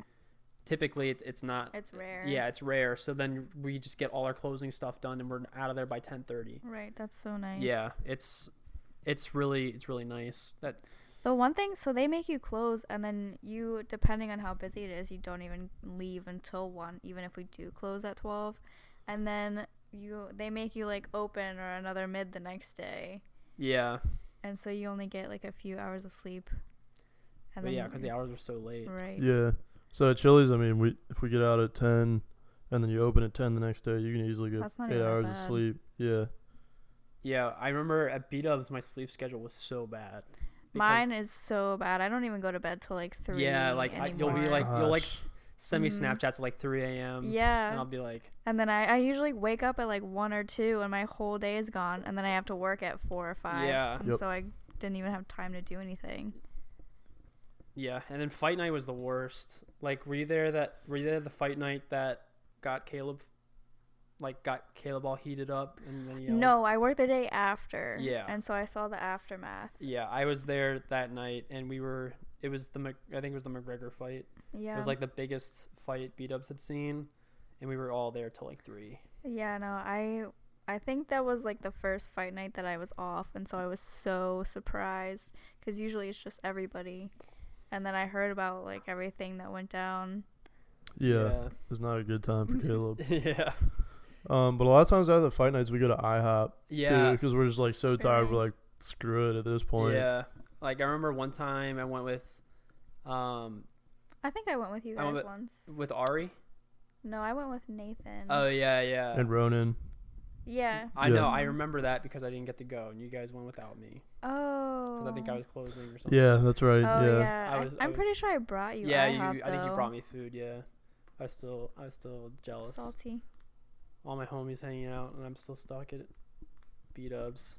typically it, it's not.
it's rare.
Yeah, it's rare. So then we just get all our closing stuff done, and we're out of there by ten thirty.
Right. That's so nice.
Yeah, it's it's really it's really nice. That
The one thing, so they make you close, and then you, depending on how busy it is, you don't even leave until one, even if we do close at twelve, and then you they make you like open or another mid the next day,
yeah,
and so you only get like a few hours of sleep. And
but yeah, because the hours are so late.
right.
Yeah. So at Chili's, I mean, we if we get out at ten, and then you open at ten the next day, you can easily get
That's not
eight
even that
hours of
bad.
sleep. Yeah.
Yeah, I remember at B Dubs my sleep schedule was so bad. because-
Mine is so bad. I don't even go to bed till like three.
Yeah, like I, you'll be
anymore.
like um, you'll like
Gosh.
s- send me
Mhm.
Snapchats at like 3 a.m. and
yeah,
I'll be like,
and then I, I usually wake up at like one or two, and my whole day is gone, and then I have to work at four or five.
Yeah.
and
Yep.
so I didn't even have time to do anything.
yeah. And then fight night was the worst. Like, were you there that were you there the fight night that got Caleb, like got Caleb all heated up and then yelled?
No, I worked the day after.
Yeah.
and so I saw the aftermath.
Yeah, I was there that night, and we were. It was the Mc- I think it was the McGregor fight.
Yeah,
It was like the biggest fight B Dubs had seen, and we were all there till like three.
yeah. No, I I think that was like the first fight night that I was off, and so I was so surprised because usually it's just everybody, and then I heard about like everything that went down.
Yeah. It was not a good time for Caleb.
Yeah. yeah.
Um, but a lot of times after the fight nights, we go to IHOP too
Yeah.
because we're just like so tired.
Really?
We're like, screw it at this point.
Yeah. Like I remember one time I went with um
I think I went with you
I
guys
went
once.
with Ari.
Mm-hmm. no, I went with Nathan.
Oh yeah, yeah.
And Ronan,
yeah.
I
Yeah.
know, I remember that because I didn't get to go and you guys went without me
Oh.
cuz I think I was closing or something.
yeah, that's right.
Oh yeah.
yeah.
I
I
was- I
I, am
was-
pretty sure I brought you.
Yeah,
IHOP,
you I think you
though.
brought me food, yeah. I was still I was still jealous.
Salty.
All my homies hanging out and I'm still stuck at beat ups.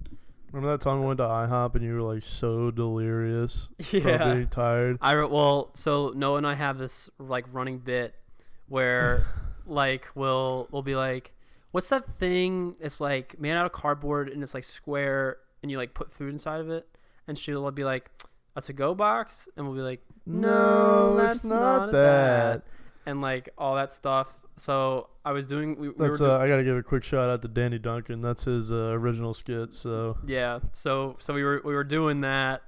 Remember that time we went to IHOP and you were like so delirious from
Yeah.
being tired.
I re- well, so Noah and I have this like running bit where like we'll we'll be like, what's that thing? It's like made out of cardboard and it's like square and you like put food inside of it. And she'll be like, a to go box, and we'll be like,
No, it's
that's
not, that.
and like all that stuff. So I was doing we, we were
That's
do-
uh, I gotta give a quick shout out to Danny Duncan. That's his uh, original skit. So
yeah. So so we were we were doing that,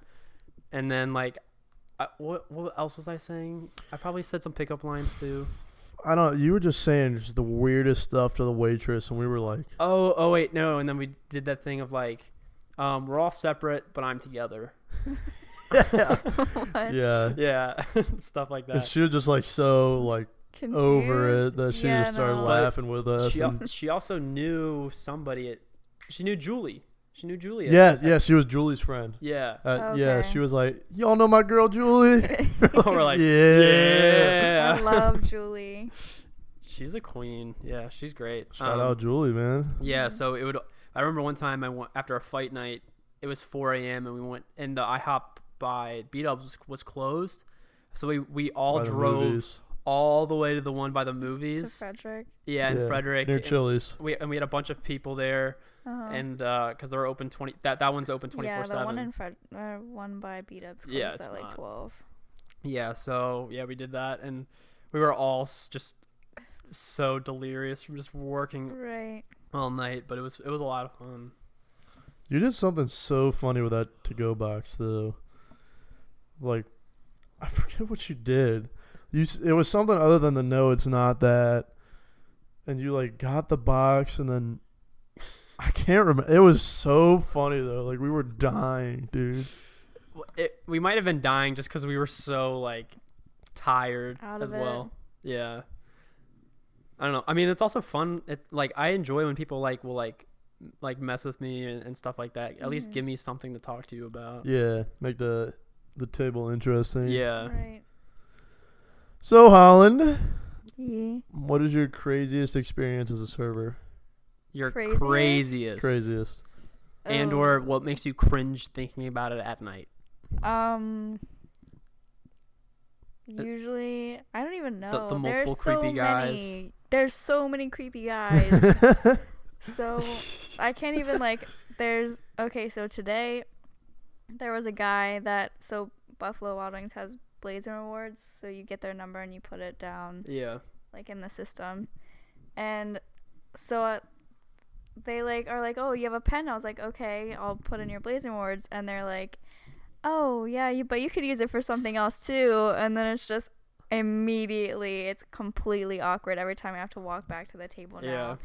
and then like. I, what what else was I saying? I probably said some pickup lines too.
I don't. You were just saying just the weirdest stuff to the waitress, and we were like,
Oh, oh wait, no. And then we did that thing of like, um, we're all separate, but I'm together.
What?
yeah.
Yeah, stuff like
And
that.
she was just like so like over it
Confused?
that she
Yeah,
just started
no.
But
laughing with us.
She,
and-
al- she also knew somebody. At, she knew Julie. She knew Julia.
Yeah, yeah, she was Julie's friend.
Yeah.
Uh, Yeah,
Okay.
she was like, y'all know my girl Julie.
We're like,
yeah.
yeah.
I love Julie.
She's a queen. Yeah, she's great.
Shout
Um,
out Julie, man.
Yeah, so it would. I remember one time I went after a fight night. It was 4 a.m. and we went, and the IHOP by Beat Ups was, was closed, so we we all
By the
drove
movies.
all the way to the one by the
To
movies.
Frederick.
yeah, and
Yeah,
Frederick.
near
and
Chili's.
we and we had a bunch of people there,
Uh-huh.
and because they're open 20. That that one's open 24
yeah, the
seven.
one in Fred, uh, one by beat ups.
Yeah,
Yeah,
it's
at like
not.
twelve.
Yeah, so yeah, we did that, and we were all s- just so delirious from just working
Right.
all night, but it was it was a lot of fun.
You did something so funny with that to go box though. Like, I forget what you did. You s- it was something other than the no, it's not that, and you like got the box and then I can't remember. It was so funny though. Like we were dying, dude.
W- It, we might have been dying just because we were so like tired
Out
as
of it.
well. Yeah, I don't know. I mean, it's also fun. It like I enjoy when people like will like m- like mess with me and, and stuff like that. At least
Mhm.
give me something to talk to you about.
Yeah, make the the table interesting.
Yeah.
Right.
So Holland,
Yeah.
what is your craziest experience as a server?
Your
Craziest?
craziest,
Craziest.
Oh.
and or what makes you cringe thinking about it at night.
Um. Usually, I don't even know.
Uh, the multiple
There's so
creepy guys.
many. There's so many creepy guys. so I can't even like. There's okay. So today, there was a guy that so Buffalo Wild Wings has Blazer Awards. So you get their number and you put it down
Yeah.
like in the system, and so uh, they like are like, oh, you have a pen. I was like, okay, I'll put in your Blazer Awards, and they're like, oh yeah, you but you could use it for something else too, and then it's just immediately it's completely awkward every time I have to walk back to the table now.
Yeah.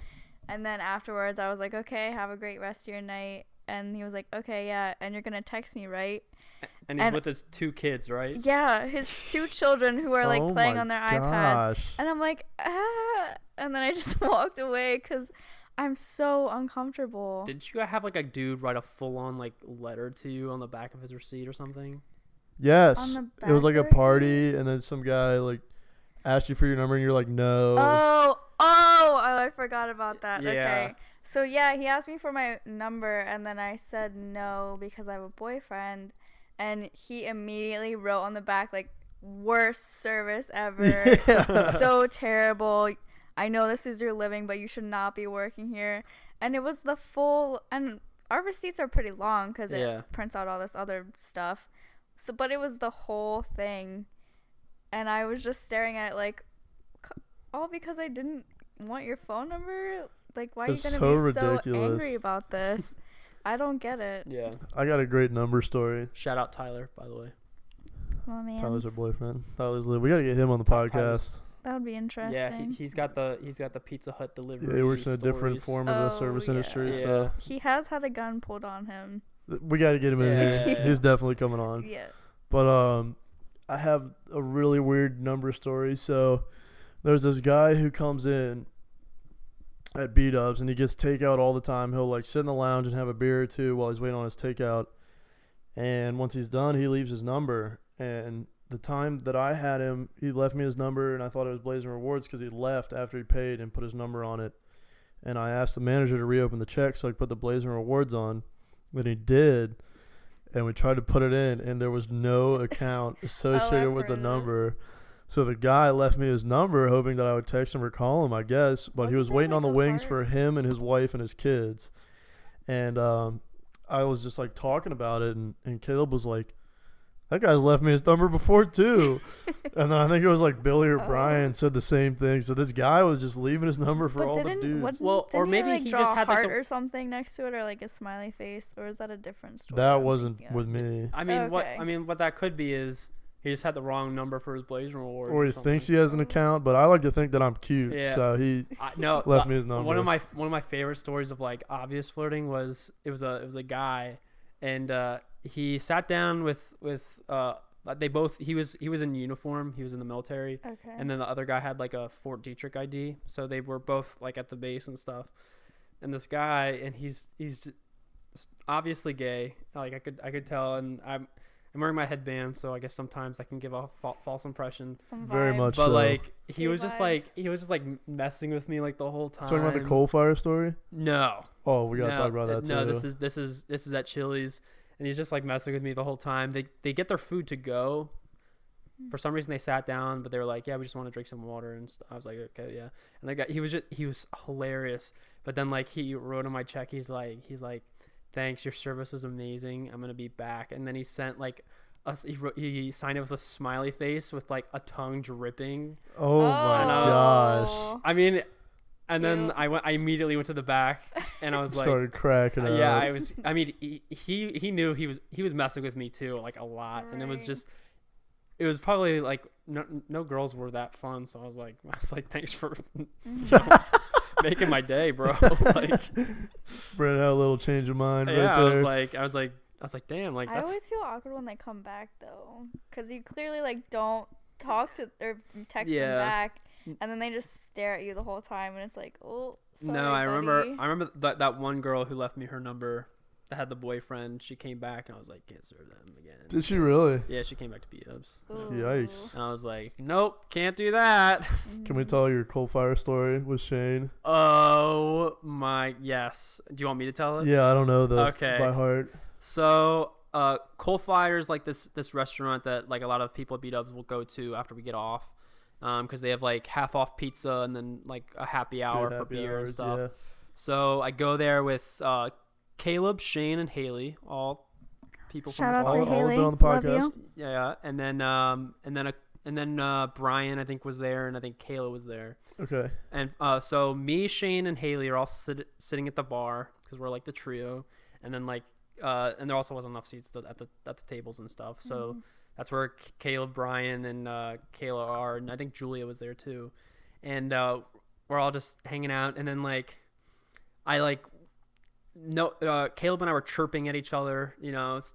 And then afterwards, I was like, okay, have a great rest of your night. And he was like, okay, yeah, and you're gonna text me, right?
And he's
And-
with his two kids, right?
Yeah, his two children who are like
Oh
playing
my
on their iPads.
gosh.
And I'm like, ah. And then I just walked away because I'm so uncomfortable.
Didn't you have like a dude write a full on like letter to you on the back of his receipt or something?
Yes.
on the
It was
back
like a
or something?
party, and then some guy like asked you for your number, and you're like, no.
oh, oh, oh, I forgot about that.
Yeah.
Okay. So, yeah, he asked me for my number, and then I said no because I have a boyfriend. And he immediately wrote on the back, like, worst service ever.
Yeah.
so terrible. I know this is your living, but you should not be working here. And it was the full and our receipts are pretty long because it
Yeah.
prints out all this other stuff. So, but it was the whole thing, and I was just staring at it like, c- all because I didn't want your phone number. Like, why are you
It's
gonna
so
be so
ridiculous.
angry about this? I don't get it.
Yeah.
I got a great number story.
Shout out Tyler, by the way.
Oh man,
Tyler's our boyfriend. Tyler's Lou. We gotta get him on the podcast.
Tyler's-
that would be
Yeah, he,
interesting.
he's got the he's got the Pizza Hut delivery.
Yeah, he works in a different
stories.
form of the
Oh,
service
yeah.
industry,
Yeah.
so
he has had a gun pulled on him.
th- we gotta get him in. here.
Yeah.
He's definitely coming on.
Yeah.
But um, I have a really weird number story. So there's this guy who comes in at B Dubs and he gets takeout all the time. He'll like sit in the lounge and have a beer or two while he's waiting on his takeout. And once he's done, he leaves his number. And the time that I had him, he left me his number, and I thought it was Blazing Rewards because he left after he paid and put his number on it. And I asked the manager to reopen the check so I could put the Blazing Rewards on. And he did and we tried to put it in, and there was no account associated
I've
with the
heard of this.
number. So the guy left me his number, hoping that I would text him or call him, I guess. But he
Wasn't
was
there,
waiting on the
like, a
wings
heart?
for him and his wife and his kids. And um, I was just like talking about it, and, and Caleb was like, that guy's left me his number before too, and then I think it was like Billy or
Oh.
Brian said the same thing. So this guy was just leaving his number for all the dudes.
wouldn't-
Well, or
didn't
maybe
he, like,
he
draw
just
a
had, like,
heart
the-
or something next to it, or like a smiley face, or is that a different story?
that
I'm
wasn't
thinking of?
with me.
I mean, what
Okay.
I mean, what that could be is he just had the wrong number for his Blazer reward.
or he
something.
thinks he has an account, but I like to think that I'm cute.
Yeah.
So he
I, no,
left
uh,
me his
One
number.
of my one of my favorite stories of like obvious flirting was it was a it was a guy, and uh, he sat down with with uh, they both he was he was in uniform he was in the military
Okay.
and then the other guy had like a Fort Detrick ID. So they were both like at the base and stuff. And this guy, and he's he's j- s- obviously gay. Like I could I could tell, and I'm I'm wearing my headband, so I guess sometimes I can give off fa- false impression.
Some
Very
vibes.
much.
But
So-
like he
Gay
was just
vibes.
like he was just like messing with me like the whole time.
Talking about the coal fire story.
No,
Oh, we gotta
no,
talk about
uh,
that too.
No, this is this is this is at Chili's, and he's just like messing with me the whole time. They they get their food to go. For some reason, they sat down, but they were like, "Yeah, we just want to drink some water." And st- I was like, "Okay, yeah." And the guy, he was just he was hilarious. But then like he wrote on my check, he's like, he's like, "Thanks, your service was amazing. I'm gonna be back." And then he sent like. Us, he, wrote, he signed it with a smiley face with like a tongue dripping.
oh my gosh.
Oh.
I mean, and then
Ew.
I went. I immediately went to the back, and I was like,
Started cracking
uh,
up.
yeah, I was. I mean, he, he he knew he was he was messing with me too, like a lot, and it was
Right.
just, it was probably like no no girls were that fun, so I was like I was like thanks for Mm-hmm. making my day, bro. like
Brent had a little change of mind
yeah, I
right
was
there.
like I was like I was like damn, like
I
that's
always feel awkward when they come back though, because you clearly like don't talk to or text
Yeah. Mm.
them back, and then they just stare at you the whole time, and it's like, oh. Sorry,
no. I remember
buddy."
I remember that that one girl who left me her number that had the boyfriend. She came back and I was like can't serve them again.
Did she really?
Yeah, she came back to B Ups,
Yikes.
and I was like nope, can't do that.
Can
Mm-hmm.
we tell your coal fire story with Shane?
oh my yes. Do you want me to tell it?
Yeah, I don't know the
Okay.
by heart.
So, uh, Coal Fire is like this this restaurant that like a lot of people at B Dubs will go to after we get off, because they have like half off pizza and then like a happy hour
Good
for
happy
beer and
hours,
stuff.
yeah.
So I go there with uh, Caleb, Shane, and Haley, all people
Shout
from
out
the
all-
to
all
club.
Haley.
Haley.
been on the
Love you.
podcast.
Yeah, yeah, and then um, and then a, and then uh, Brian I think was there, and I think Kayla was there.
Okay.
And uh, so me, Shane, and Haley are all sit- sitting at the bar because we're like the trio, and then like uh, and there also wasn't enough seats to, at the at the tables and stuff. So that's where K- Caleb, Brian, and uh, Kayla are, and I think Julia was there too. And uh, we're all just hanging out, and then like I like no uh, Caleb and I were chirping at each other, you know, s-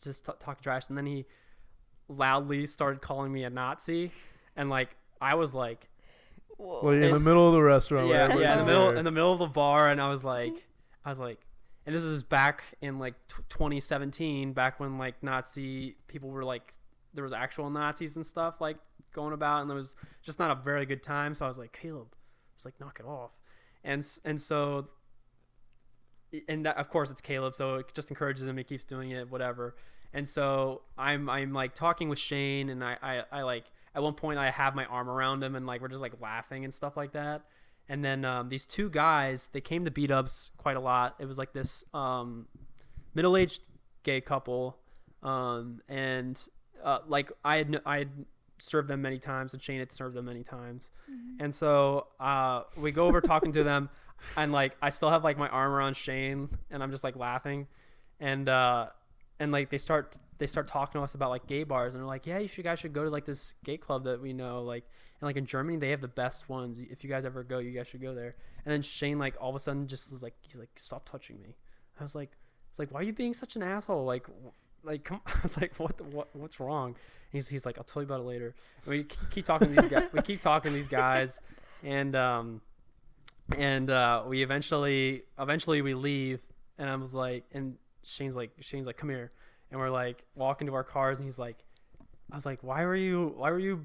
just t- talk trash, and then he loudly started calling me a Nazi, and like I was like
Whoa.
Well, in
It-
the middle of the restaurant. where
yeah,
everybody's
yeah, in the
in
middle
there.
in the middle of the bar, and I was like, I was like, and this is back in like tw 2017, back when like Nazi people were like, there was actual Nazis and stuff like going about, and there was just not a very good time. So I was like, Caleb, just like knock it off, and s- and so, and that, of course it's Caleb, so it just encourages him. He keeps doing it, whatever. And so I'm I'm like talking with Shane, and I I, I like. At one point, I have my arm around him, and like we're just like laughing and stuff like that and then um, these two guys they came to beat ups quite a lot it was like this um, middle-aged gay couple um, and uh, like i had kn- i had served them many times and shane had served them many times and so uh, we go over talking to them and like i still have like my arm around shane and i'm just like laughing and uh, and like they start they start talking to us about like gay bars and they're like yeah you should guys should go to like this gay club that we know like and like in Germany, they have the best ones. If you guys ever go, you guys should go there. And then Shane, like all of a sudden, just was like, he's like, stop touching me. I was like, it's like, why are you being such an asshole? Like, w- like, come. I was like, what, the, what, what's wrong? And he's, he's like, I'll tell you about it later. And we ke- keep talking to these guys. We keep talking to these guys, and um, and uh, we eventually, eventually we leave. And I was like, and Shane's like, Shane's like, come here. And we're like walking to our cars, and he's like, I was like, why were you, why were you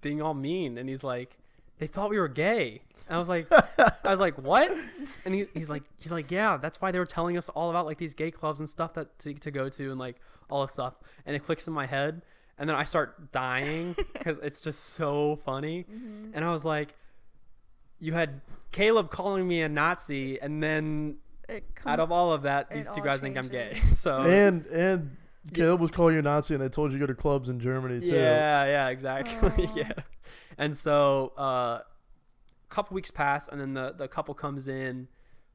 being all mean and he's like they thought we were gay and i was like i was like what and he, he's like he's like yeah that's why they were telling us all about like these gay clubs and stuff that to, to go to and like all this stuff and it clicks in my head and then i start dying because it's just so funny
Mm-hmm.
and i was like you had caleb calling me a nazi and then
It
out
com-
of all of that these
It
two
all
guys think i'm gay
changes.
so
and and Caleb was calling you a Nazi, and they told you to go to clubs in Germany too.
Yeah, yeah, exactly.
Aw.
yeah. And so uh, a couple weeks pass and then the, the couple comes in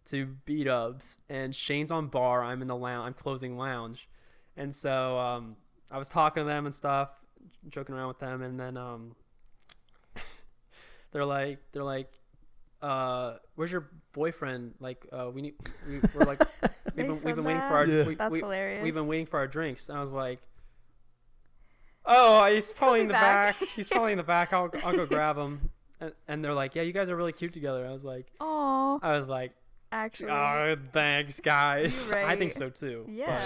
to beat ups and Shane's on bar, I'm in the lounge I'm closing lounge. And so um, I was talking to them and stuff, joking around with them and then um, they're like they're like uh, where's your boyfriend? Like, uh, we need, we, we're like,
They
we've been, we've
said
been waiting for
that?
our,
Yeah.
we,
That's
we,
hilarious.
We've been waiting for our drinks, and I was like, "Oh, he's probably in the
be back."
back. He's probably in the back. I'll I'll go grab him." And, and they're like, "Yeah, you guys are really cute together." I was like,
Aw.
uh, "I was like,
Actually,
Uh, thanks, guys. I think
right.
so too. but-
yeah.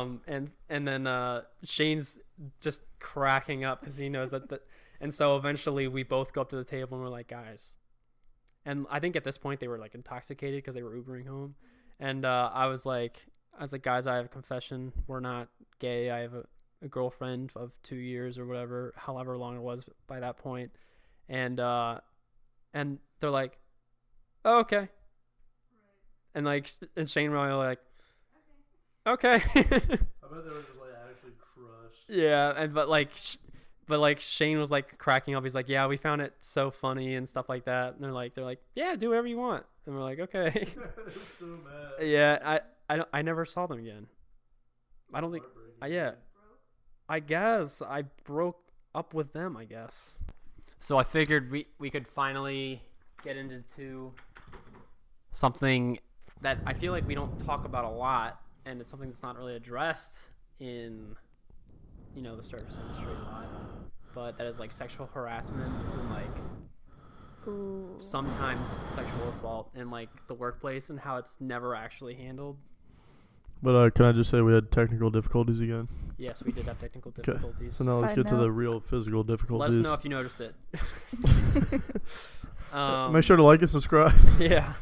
um, and and then uh, Shane's just cracking up because he knows that. The, and so eventually we both go up to the table and we're like, guys. And I think at this point they were like intoxicated because they were Ubering home, and uh, I was like, I was like, guys, I have a confession. We're not gay. I have a, a girlfriend of two years or whatever, however long it was by that point, and uh, and they're like, oh, okay. And like, and Shane and I were like, okay.
I bet they were just like actually crushed.
yeah, and but like, sh- but like Shane was like cracking up. He's like, yeah, we found it so funny and stuff like that. And they're like, they're like, yeah, do whatever you want. And we're like, okay.
so mad.
yeah, I I don't, I never saw them again. I don't think. I- yeah. I guess I broke up with them. I guess. So I figured we we could finally get into something that I feel like we don't talk about a lot, and it's something that's not really addressed in you know the service industry a lot, but that is like sexual harassment and like
Ooh.
sometimes sexual assault in like the workplace and how it's never actually handled.
But uh, can I just say we had technical difficulties again?
Yes, we did have technical
Okay,
difficulties.
So now let's
Side
get to
note.
the real physical
Let us
difficulties.
know if you noticed it.
Uh,
um,
Make sure to like and subscribe.
Yeah.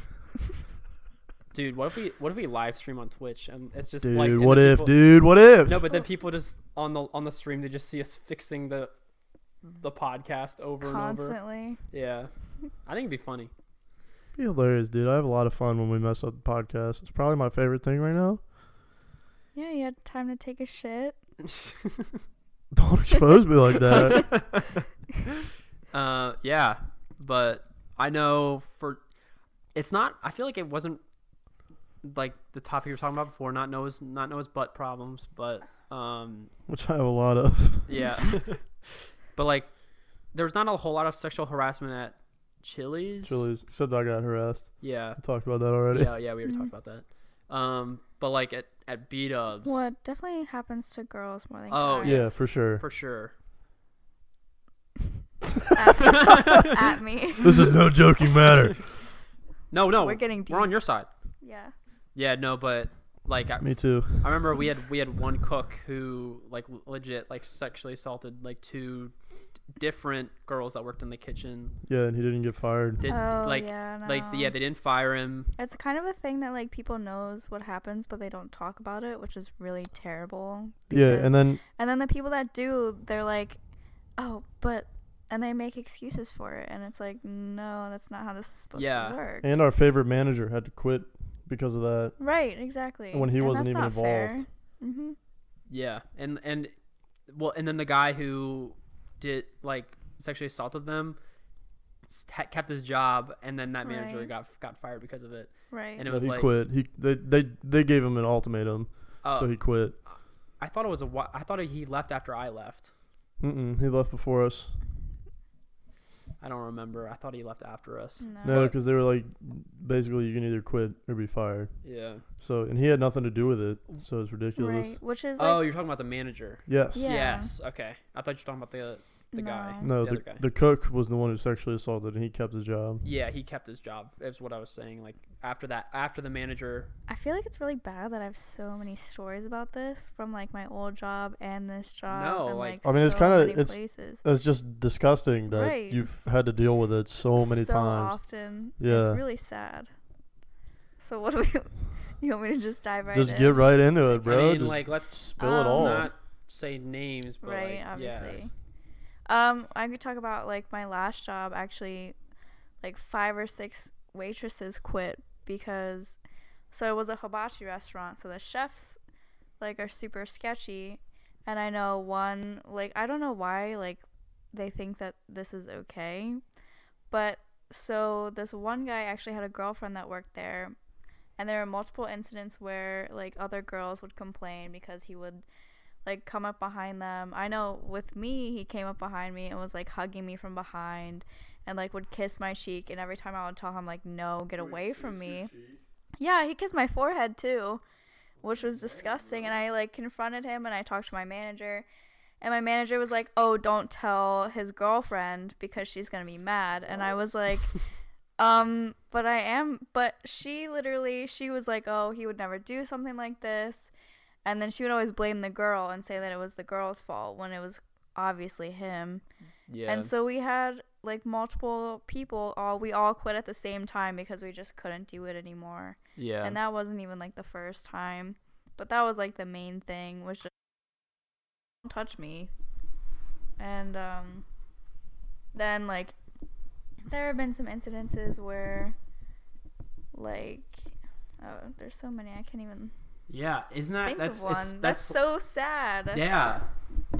Dude, what if we what if we live stream on Twitch and it's just
dude,
like and
what
then
if,
people-
dude? What if?
No, but then people just on the on the stream they just see us fixing the the podcast over and over.
Constantly.
Yeah. I think it'd be funny.
be hilarious, dude. I have a lot of fun when we mess up the podcast. It's probably my favorite thing right now.
Yeah, you had time to take a shit.
Don't expose me like that.
uh, yeah, but I know for it's not. I feel like it wasn't like the topic you were talking about before. Not nose, not nose butt problems, but um,
Which I have a lot of.
yeah, but like there's not a whole lot of sexual harassment at Chili's.
Chili's. Except I got harassed.
Yeah,
I talked about that already.
yeah, yeah. We already talked about that. Um, but like at at B Dubs,
Well, it definitely happens to girls more than
Oh,
guys.
Yeah, for sure.
for sure.
At me.
this is no joking matter.
No, no,
We're getting deep.
we're on your side.
yeah.
Yeah, no, but like I,
me too.
I remember we had we had one cook who like legit like sexually assaulted like two d- different girls that worked in the kitchen.
Yeah, and he didn't get fired.
Did
oh,
like
yeah, no.
like yeah they didn't fire him.
It's kind of a thing that like people knows what happens, but they don't talk about it, which is really terrible.
Yeah,
because-
and then
and then the people that do, they're like, oh, but, and they make excuses for it, and it's like, no, that's not how this is supposed
Yeah.
to work.
and our favorite manager had to quit because of that.
right, exactly.
When he
And
wasn't
that's
even
not fair.
involved.
Mhm.
Yeah, and and well and then the guy who did like sexually assaulted them s- ha- kept his job and then that manager
Right.
got got fired because of it.
Right.
And it
Yeah,
was
he
like
quit. He they, they they gave him an ultimatum,
oh,
so he quit.
I thought it was a whi- I thought he left after I left.
Mm-mm, he left before us.
I don't remember. I thought he left after us.
no.
No, because they were like, basically, you can either quit or be fired.
Yeah.
So, and he had nothing to do with it. So it's ridiculous.
Right. Which is like,
Oh, you're talking about the manager.
Yes.
Yeah.
Yes. Okay. I thought you were talking about the the guy.
No.
The
No, the,
other guy.
the cook was the one who sexually assaulted, and he kept his job.
Yeah, he kept his job. Is what I was saying. Like after that, after the manager.
I feel like it's really bad that I have so many stories about this from like my old job and this job.
No,
and,
like-
like,
I mean, it's
so
kinda-
many
it's
places.
It's just disgusting that
Right.
you've had to deal with it so many times.
often.
Yeah.
It's really sad. So what do we? You want me to just dive right
just
in?
get right into it, bro.
I mean,
just
like let's
spill it
Um,
all.
not say names, but
right,
like,
obviously. Um, I could talk about like my last job actually like five or six waitresses quit because so it was a hibachi restaurant, so the chefs like are super sketchy and I know one like I don't know why like they think that this is okay. But so this one guy actually had a girlfriend that worked there and there were multiple incidents where like other girls would complain because he would like come up behind them. I know with me, he came up behind me and was like hugging me from behind and like would kiss my cheek and every time I would tell him like no, get away from me. Yeah, he kissed my forehead too, which was disgusting and I like confronted him and I talked to my manager and my manager was like, "Oh, don't tell his girlfriend because she's going to be mad." And I was like, Um, but I am, but she literally, she was like, oh, he would never do something like this. And then she would always blame the girl and say that it was the girl's fault when it was obviously him.
Yeah.
And so we had like multiple people all we all quit at the same time because we just couldn't do it anymore.
yeah.
And that wasn't even like the first time. But that was like the main thing was just don't touch me. And um then like there have been some incidences where like oh there's so many I can't even
yeah. Isn't that
think
that's
of one.
it's
that's
that's,
so sad.
yeah.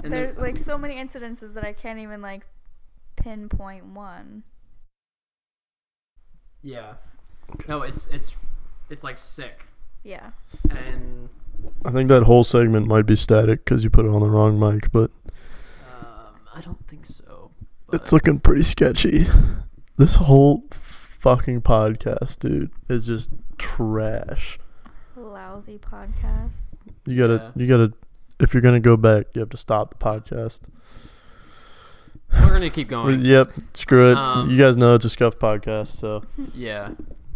And
There's
then-
like so many incidences that I can't even like pinpoint one.
yeah. No, it's it's it's like sick
Yeah.
and
I think that whole segment might be static because you put it on the wrong mic, but
um, I don't think so.
it's looking pretty sketchy. This whole fucking podcast, dude, is just trash.
Lousy podcast.
You gotta, you gotta. If you're gonna go back, you have to stop the podcast.
We're gonna keep going.
Yep, screw it.
Oh, Um,
you guys know it's a scuff podcast, so
Yeah.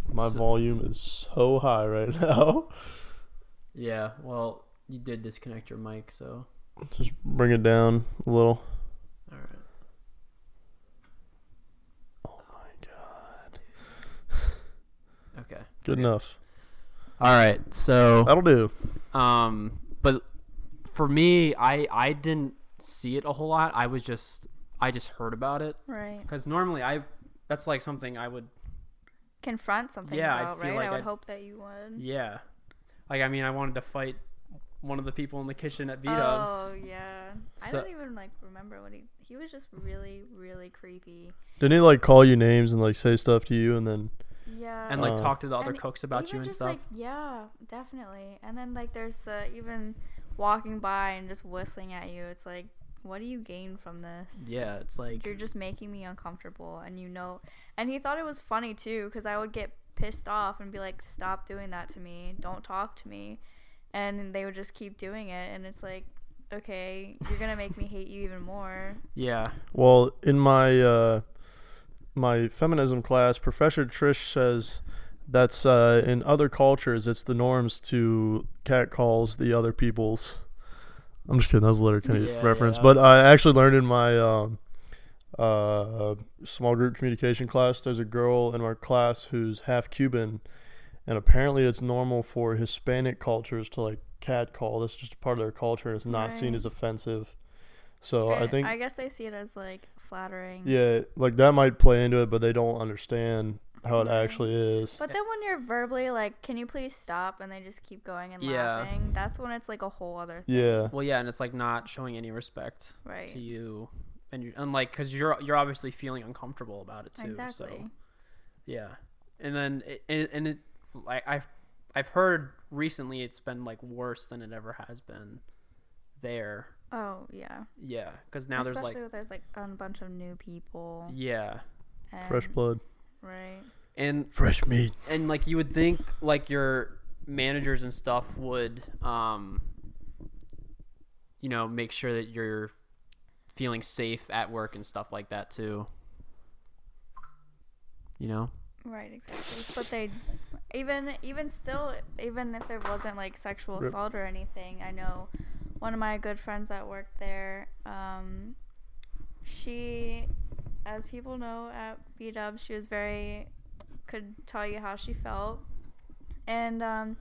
my
So-
volume is so high right now.
Yeah. Well, you did disconnect your mic, so
Just bring it down a little.
all right.
Oh my god.
Okay.
Good
Okay.
enough.
All right. So
That'll do.
Um, but for me, I I didn't see it a whole lot. I was just I just heard about it
Right.
because normally I that's like something I would
Mm-hmm. Confront something
Yeah, I
about,
feel
right?
like
I would
I'd-
hope that you would.
yeah, like I mean I wanted to fight one of the people in the kitchen at Vito's.
Oh yeah. I
So-
don't even like remember what he he was just really, really creepy.
Didn't he like call you names and like say stuff to you and then
Yeah.
And like
Uh,
talk to the other
and
cooks about you
even
and
just,
stuff.
Like, yeah, definitely. And then like there's the even walking by and just whistling at you. It's like, what do you gain from this?
yeah, it's like
You're just making me uncomfortable, and you know. And he thought it was funny too, because I would get pissed off and be like, "Stop doing that to me! Don't talk to me!" And they would just keep doing it, and it's like, okay, you're gonna make me hate you even more.
yeah,
Well, in my uh, my feminism class, Professor Trish says that's uh, in other cultures, it's the norms to catcalls the other peoples. I'm just kidding. That was a Letterkenny
Yeah,
reference,
yeah.
but I actually learned in my um, uh, small group communication class. There's a girl in our class who's half Cuban, and apparently it's normal for Hispanic cultures to like catcall. That's just part of their culture. It's not seen
Right.
as offensive. So I
And
think
I guess they see it as like flattering.
yeah, like that might play into it, but they don't understand how it
Right.
actually is.
But then when you're verbally like, "Can you please stop?" and they just keep going and
Yeah.
laughing, that's when it's like a whole other thing,
yeah.
well yeah, and it's like not showing any respect to
right?
you. And you and like, cause you're you're obviously feeling uncomfortable about it too.
Exactly.
So Yeah, and then it, and, and it, I, I've I've heard recently it's been like worse than it ever has been there.
Oh yeah.
Yeah, because now
Especially
there's like
with there's like a bunch of new people.
yeah,
Fresh
and-
blood.
Right.
and
Fresh meat.
and like you would think like your managers and stuff would um, you know, make sure that you're feeling safe at work and stuff like that too. You know.
Right, exactly. but they even even still even if there wasn't like sexual
Rip.
assault or anything, I know one of my good friends that worked there, um she as people know at B Dubs, she was very could tell you how she felt. And um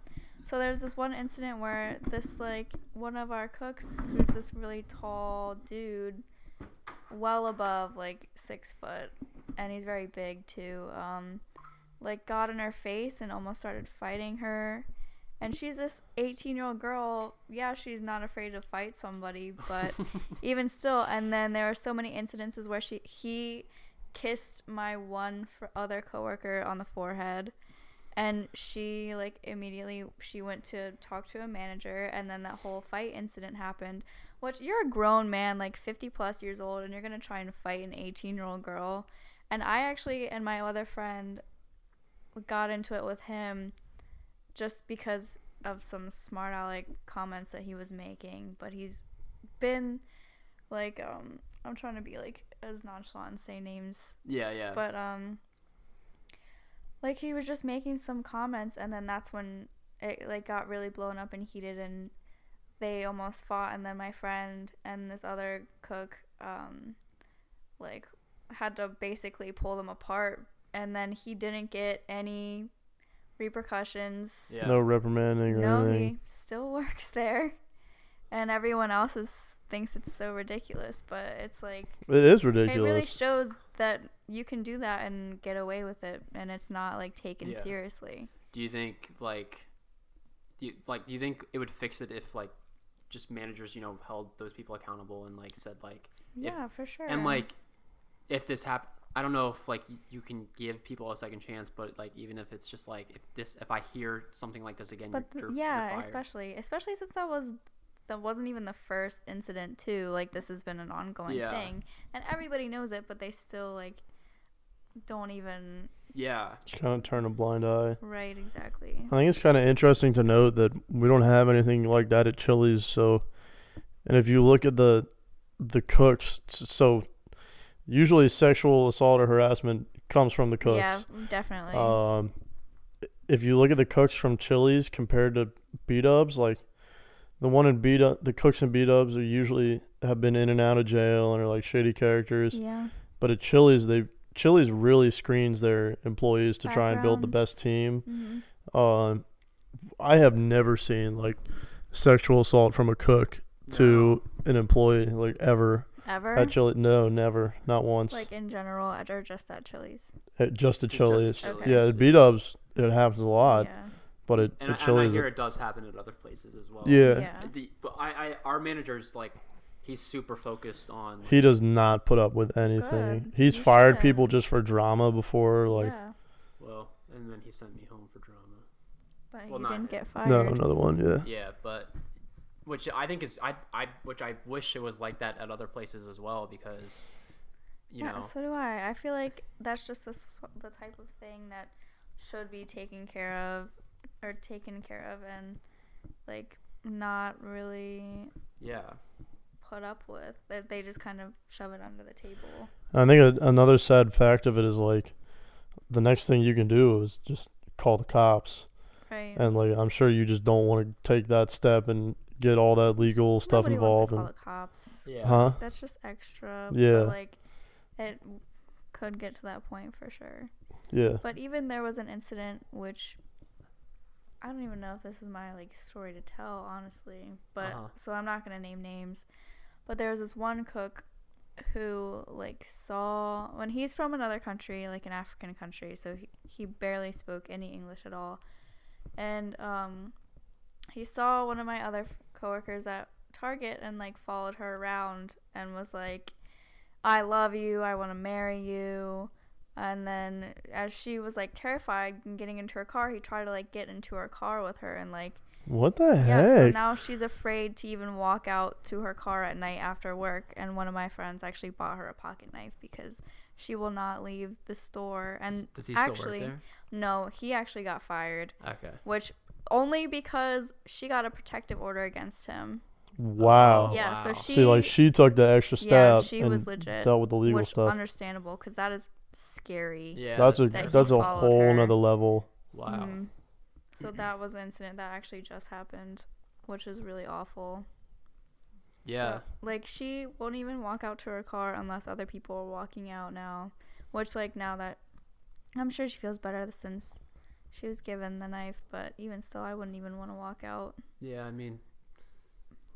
so there's this one incident where this like one of our cooks who's this really tall dude well above like six foot and he's very big too um like got in her face and almost started fighting her and she's this 18 year old girl yeah she's not afraid to fight somebody but even still and then there are so many incidences where she he kissed my one fr- other coworker on the forehead and she like immediately she went to talk to a manager and then that whole fight incident happened which you're a grown man like 50 plus years old and you're going to try and fight an 18 year old girl and i actually and my other friend got into it with him just because of some smart aleck comments that he was making but he's been like um i'm trying to be like as nonchalant and say names
Yeah, yeah.
but um Like he was just making some comments, and then that's when it like got really blown up and heated, and they almost fought. And then my friend and this other cook, um, like, had to basically pull them apart. And then he didn't get any repercussions.
Yeah.
No reprimanding or
No,
anything.
he still works there, and everyone else is, thinks it's so ridiculous. But it's like
It is
it really
ridiculous.
shows that you can do that and get away with it, and it's not like taken
Yeah.
seriously.
Do you think like, do you, like do you think it would fix it if like just managers you know held those people accountable and like said like Yeah,
Yeah, for sure.
and like if this hap I don't know if like y- you can give people a second chance, but like even if it's just like if this if I hear something like this again,
but
you're,
th-
you're-
yeah,
you're fired.
especially especially since that was that wasn't even the first incident too. Like this has been an ongoing
Yeah.
thing, and everybody knows it, but they still like don't even
yeah,
Just kind of turn a blind eye.
right exactly.
I think it's kind of interesting to note that we don't have anything like that at Chili's. So, and if you look at the the cooks, s- so usually sexual assault or harassment comes from the cooks.
Yeah, definitely.
Um, if you look at the cooks from Chili's compared to B Dubs, like the one in B Dub, the cooks in B Dubs are usually have been in and out of jail and are like shady characters.
yeah.
But at Chili's, they Chili's really screens their employees to try and build the
Backgrounds.
best team.
hmm
Um, I have never seen like sexual assault from a cook to an employee like ever
Ever.
at Chili. No, never, not once.
Like in general, at- or just at Chili's.
at just at
Just at
Chili's.
Chili's.
Yeah, at B Dubs it happens a lot,
yeah.
but it,
and, I,
at
and I
Chili's.
hear
it-
it does happen at other places as well.
yeah,
Yeah.
The, but I, I our manager's like he's super focused on
he does not put up with anything.
Good.
He's
You
fired
shouldn't.
people just for drama before. Like,
yeah.
well, and then he sent me home for drama.
But
well,
he
not him.
didn't get fired.
no, another one. Yeah,
Yeah, but which I think is I I which I wish it was like that at other places as well because you
yeah,
know
so do I. I feel like that's just the, s- the type of thing that should be taken care of or taken care of and like not really
yeah
put up with. That they just kind of shove it under the table.
I think a, another sad fact of it is like, the next thing you can do is just call the cops.
Right.
and like I'm sure you just don't want to take that step and get all that legal stuff
Nobody
involved and
Wants to call the cops.
yeah
huh
That's just extra.
Yeah.
But like it w- could get to that point for sure.
yeah
But even there was an incident which I don't even know if this is my like story to tell, honestly. But
Uh-huh.
so I'm not gonna name names. But there was this one cook who like saw when he's from another country, like an African country, so he, he barely spoke any English at all. And um he saw one of my other f- coworkers at Target and like followed her around and was like, I love you, I wanna marry you and then as she was like terrified and getting into her car, he tried to like get into her car with her and like
what the
yeah, so
heck
now she's afraid to even walk out to her car at night after work and one of my friends actually bought her a pocket knife because she will not leave the store
Does-
and
does he still
actually
work
no, he actually got fired,
there okay
which only because she got a protective order against him.
wow
Oh,
yeah,
wow.
so she
see like she took the extra
yeah,
step
she
and
was legit,
dealt with the legal
which
stuff
understandable cuz that is scary.
yeah
that's a
that he
that's a
followed
whole
her.
nother level
wow
Mhm. So that was an incident that actually just happened, which is really awful.
yeah
So, like she won't even walk out to her car unless other people are walking out now, which like now that I'm sure she feels better since she was given the knife, but even still I wouldn't even want to walk out.
yeah I mean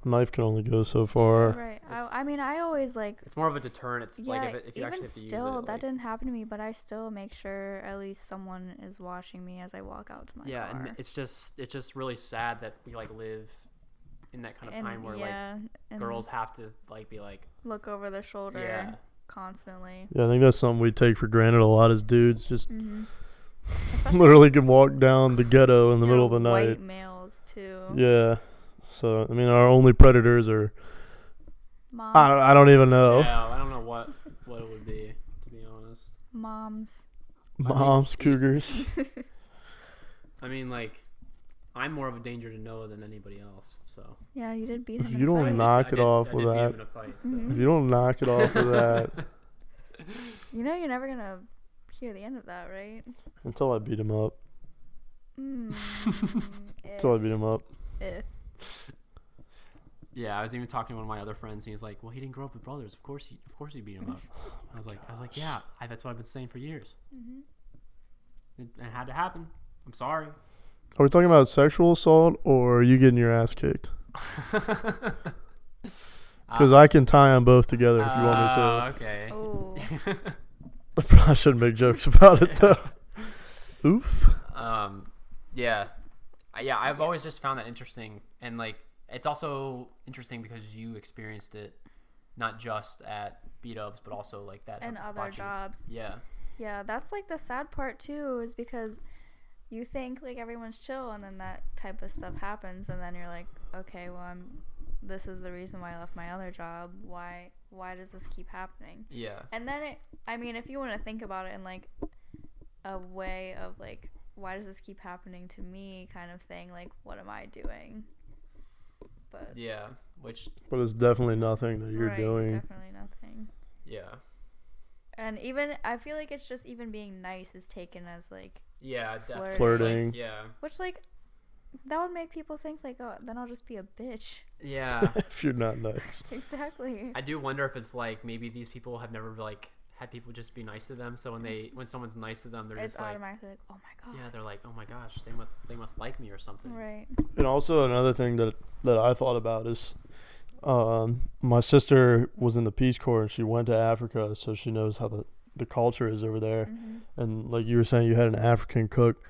a knife can only go so far
Right. I, I mean I always like
it's more of a deterrent it's
yeah,
like if, it, if you
even
actually have to
still
use it,
that
like,
didn't happen to me, but I still make sure at least someone is watching me as I walk out to my
yeah
car.
and it's just it's just really sad that we like live in that kind of
And,
time where
yeah,
like
and
girls have to like be like
look over their shoulder
yeah
constantly.
yeah I think that's something we take for granted a lot as dudes just
Mm-hmm.
literally can walk down the ghetto in the middle of the night
White males too.
yeah so I mean our only predators are
Moms.
I don't, I don't even know
yeah I don't know what what it would be to be honest
Moms.
moms cougars
I mean, like, I'm more of a danger to Noah than anybody else. So
Yeah, you did beat
If
him. in a
you don't
I
fight.
did-
knock
I
it
did-
off
I
with
did beat
that. Mm-hmm.
him in a fight, so.
Mhm.
If you don't knock it off of that,
you know you're never gonna hear the end of that, right?
Until I beat him up.
Mm,
Until I
if,
beat him up.
Mm, if.
Yeah, I was even talking to one of my other friends, and he's like, "Well, he didn't grow up with brothers. Of course, he, of course, he beat him up." I was like, "I was like, yeah, I, that's what I've been saying for years.
Mhm.
Mm-hmm.
It, it had to happen. I'm sorry."
Are we talking about sexual assault or you getting your ass kicked?
Uh,
Because I can tie them both together if you want
Uh, Okay.
Oh,
me to. I shouldn't make jokes about it though. Oof.
um, yeah, I- yeah. I've always just found that interesting, and like, it's also interesting because you experienced it, not just at beat ups, but also like that
and other
watching-
jobs.
Yeah.
Yeah, that's like the sad part too, is because you think like everyone's chill, and then that type of stuff happens, and then you're like, okay, well, I'm. This is the reason why I left my other job. Why? Why does this keep happening?
Yeah.
And then it, I mean, if you want to think about it in like a way of like, why does this keep happening to me, kind of thing. Like, what am I doing? But
Yeah. Which.
But it's definitely nothing that you're
right,
doing.
definitely nothing.
Yeah.
And even I feel like it's just even being nice is taken as like,
Yeah. Definitely. like,
Flirting.
yeah.
which like that would make people think like, oh, then I'll just be a bitch.
Yeah.
if you're not nice.
Exactly.
I do wonder if it's like maybe these people have never like had people just be nice to them. So when they when someone's nice to them, they're
It's
just like
automatically like, oh my god.
yeah, they're like oh my gosh, they must they must like me or something.
Right.
And also another thing that that I thought about is, um, my sister was in the Peace Corps and she went to Africa, so she knows how the the culture is over there.
hmm
And like you were saying, you had an African cook.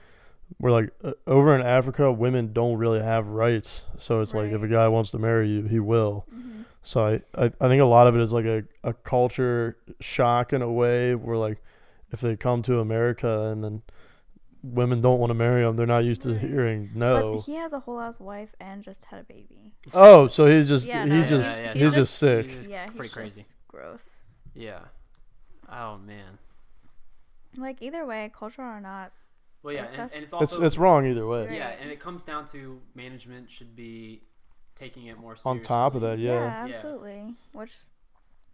We're like uh, over in Africa, women don't really have rights, so it's like if a
Right.
guy wants to marry you, he will.
hmm
So I, I, I think a lot of it is like a, a culture shock in a way where like if they come to America and then women don't want to marry them, they're not used to
Right.
hearing
But
no.
he has a whole ass wife and just had a baby.
Oh, so he's just
Yeah, no,
he's
yeah,
just
yeah,
he's
yeah.
just sick.
He's just
yeah, he's
pretty crazy.
just gross.
Yeah. Oh man.
Like either way, cultural or not,
Well, yeah,
That's-
and,
that's-
and it's
It's
also
it's wrong either way.
Right.
yeah, and it comes down to management should be taking it more seriously.
On top of that,
yeah,
yeah.
Yeah.
absolutely. Which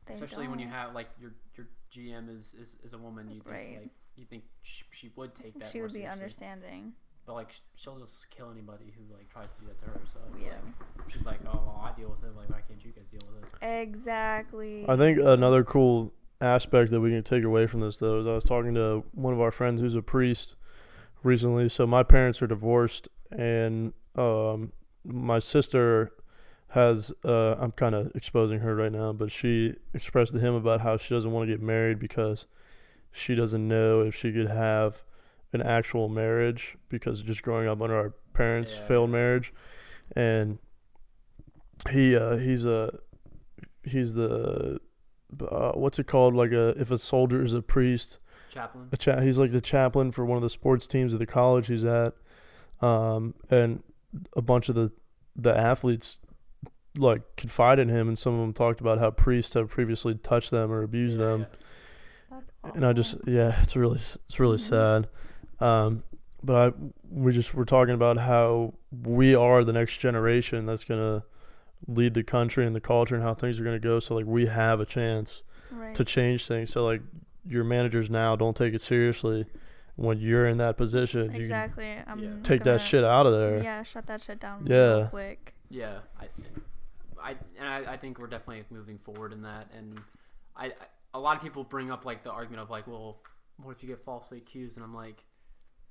they
especially when you
don't.
have like your your GM is is, is a woman, you think
Right.
like you think she, she would take that.
she
more
would be
seriously.
understanding.
But like sh- she'll just kill anybody who like tries to do that to her. So it's
Yeah.
like she's like, oh, well, I deal with it. Like why can't you guys deal with it?
Exactly.
I think another cool aspect that we can take away from this though is I was talking to one of our friends who's a priest recently. So my parents are divorced and um my sister has uh I'm kind of exposing her right now, but she expressed to him about how she doesn't want to get married because she doesn't know if she could have an actual marriage because just growing up under our parents
Yeah.
failed marriage and he uh he's a he's the uh, what's it called? Like a if a soldier is a priest,
Chaplain.
a cha- he's like the chaplain for one of the sports teams at the college he's at, um, and a bunch of the the athletes like confide in him, and some of them talked about how priests have previously touched them or abused
Yeah,
them,
yeah.
That's
and I
awful.
just yeah, it's really s- it's really
Mhm.
sad. Um, but I we just were talking about how we are the next generation that's gonna lead the country and the culture and how things are gonna go. So like we have a chance
right.
to change things. So like your managers now don't take it seriously when you're in that position. You can
exactly. I'm
Yeah.
take
gonna-
that shit out of there.
Yeah, shut that shit down real
Yeah.
quick.
Yeah, I, I and I, I think we're definitely moving forward in that. And I, I, a lot of people bring up like the argument of like, well, what if you get falsely accused? And I'm like,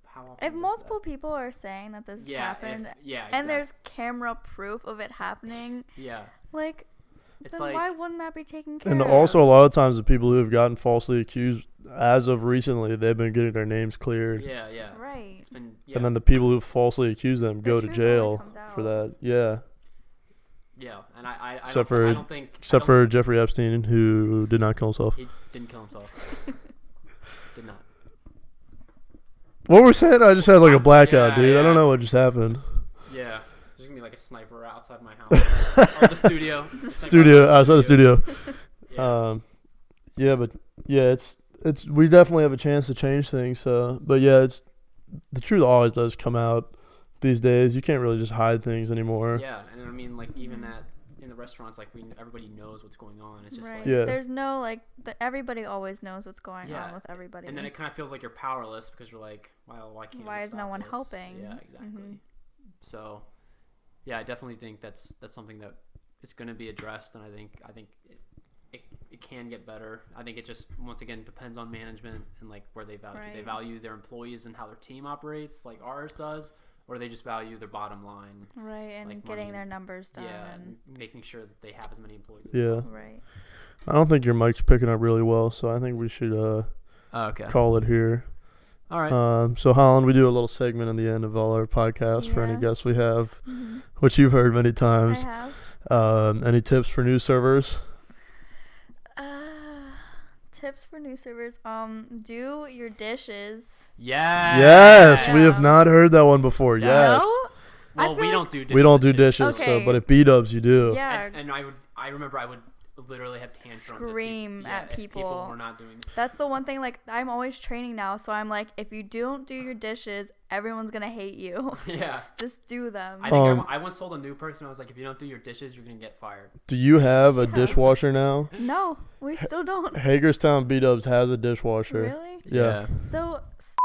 how often?
If
does
multiple people are saying that this
that? yeah, if-
happened
yeah,
and
exact-
there's camera proof of it happening,
yeah,
like
it's
then
like
why wouldn't that be taken care
And
of?
also a lot of times the people who have gotten falsely accused as of recently, they've been getting their names cleared.
yeah, yeah,
right.
it's been yeah,
And then the people who falsely accuse them
The
go to
truth always
jail
comes
for
out.
that. Yeah.
yeah, and I, I, I
Except
don't,
for-
I don't think I
Except
don't-
for Jeffrey Epstein who did not kill himself.
he didn't kill himself, did not.
What were we saying? I just had like a blackout,
Yeah,
dude. I
yeah.
don't know what just happened.
Yeah, there's gonna be like a sniper outside my house or the studio. Sniper
Studio
outside
outside the studio.
Yeah.
Um, yeah, but yeah, it's it's we definitely have a chance to change things. So, but yeah, it's the truth always does come out these days. You can't really just hide things anymore.
Mm-hmm.
Yeah, and I mean, like even at in the restaurants, like we everybody knows what's going on. It's just
right.
like,
Yeah.
There's no like the, everybody always knows what's going
Yeah,
on with everybody.
and then it kind of feels like you're powerless because you're like, well, why can't?
Why
we
is no
stop
one
this?
helping? Mm-hmm.
Yeah, exactly. So, yeah, I definitely think that's that's something that is going to be addressed, and I think I think it, it, it can get better. I think it just once again depends on management and like where they value do they
Right.
value their employees and how their team operates, like ours does, or they just value their bottom line.
right, and
like,
getting
money-
their numbers done.
Yeah,
and,
and making sure that they have as many employees. as
Yeah.
right.
I don't think your mic's picking up really well, so I think we should uh,
Oh, okay.
call it here.
All right.
Um, so, Holland, we do a little segment in the end of all our podcasts for any
Yeah.
guests we have,
Mhm.
which you've heard many
I
times.
have.
Um, any tips for new servers?
Uh, tips for new servers. Um, do your dishes.
Uh, yeah.
Yes, we have
Yes.
not heard that one before.
Yes.
Yes,
No? I
Well,
feel
we
like-
don't do dishes
we don't
and
do
shit.
dishes, so
Okay.
but at B Dubs you do.
Yeah,
And, and I would, I remember I would literally have tantrums. if peop-
Scream
yeah,
at
if people
people.
were not doing.
that's the one thing. Like, I'm always training now, so I'm like, if you don't do your dishes, everyone's gonna hate you.
Yeah.
Just do them.
I think I
Um,
wa- I, once told a new person I was like, if you don't do your dishes, you're gonna get fired.
Do you have a dishwasher now?
no, we still don't.
Hagerstown B Dubs has a dishwasher.
Really?
Yeah.
So. s-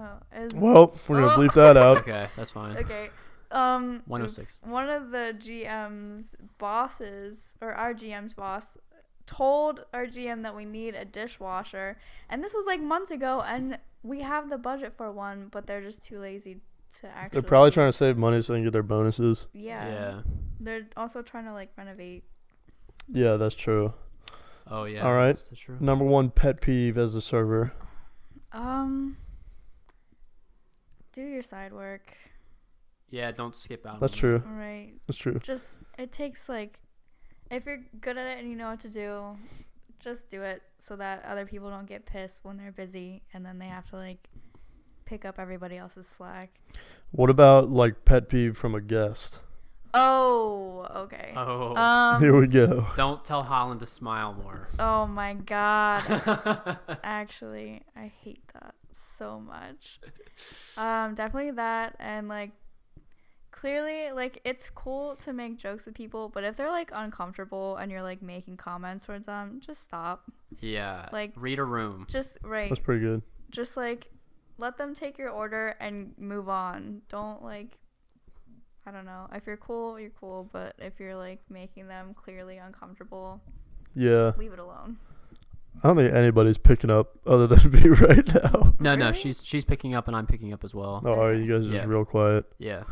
Oh, is
Well, we're gonna
Oh.
bleep that out.
Okay, that's fine.
Okay. Um,
106.
oops. One of the GM's bosses, or our GM's boss, told our GM that we need a dishwasher. And this was like months ago, and we have the budget for one, but they're just too lazy to actually.
They're probably trying to save money so they can get their bonuses.
Yeah. They're also trying to like renovate.
Yeah, that's true.
Oh yeah.
All right.
That's true.
Number one pet peeve as a server.
Um. Do your side work.
Yeah. Don't skip out.
That's
on
true.
Right.
That's true.
Just it takes like, if you're good at it and you know what to do, just do it so that other people don't get pissed when they're busy and then they have to like pick up everybody else's slack.
What about like pet peeve from a guest?
Oh, okay.
that. Oh.
Here
Um.
we go.
don't tell Holland to smile more.
Oh my god.
yeah.
Actually, I hate that so much. Um, definitely that and like. Clearly, like it's cool to make jokes with people, but if they're like uncomfortable and you're like making comments towards them, just stop. Like-
read a room.
Just right.
That's pretty good.
just like let them take your order and move on. Don't like I don't know. If you're cool, you're cool, but if you're like making them clearly uncomfortable,
Yeah.
leave it alone.
I don't think anybody's picking up other than me right now.
No, no,
Really?
she's she's picking up and I'm picking up as well.
Oh, are you guys just
Yeah.
real quiet?
Yeah.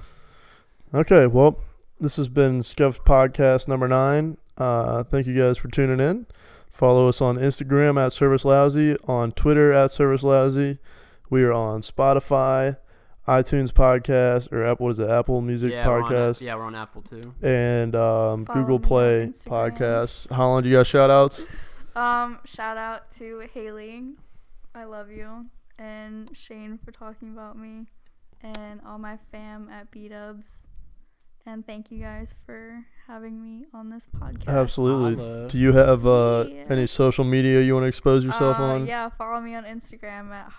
Okay, well, this has been Scuffed Podcast number nine. Uh, thank you guys for tuning in. Follow us on Instagram at Service Lousy, on Twitter at Service Lousy. We are on Spotify, iTunes Podcast, or Apple, what is it, Apple Music
yeah, we're on a-
Podcast,
yeah, we're on Apple too.
and um,
Follow me
Google
on
Play
Instagram.
Podcasts. Holland, you got shout outs?
Um, shout out to Haley. I love you. And Shane for talking about me. And all my fam at B Dubs. And thank you guys for having me on this podcast.
Absolutely.
Holla.
Do you have uh,
Yeah.
any social media you want to expose yourself
Uh,
on?
Yeah, follow me on Instagram at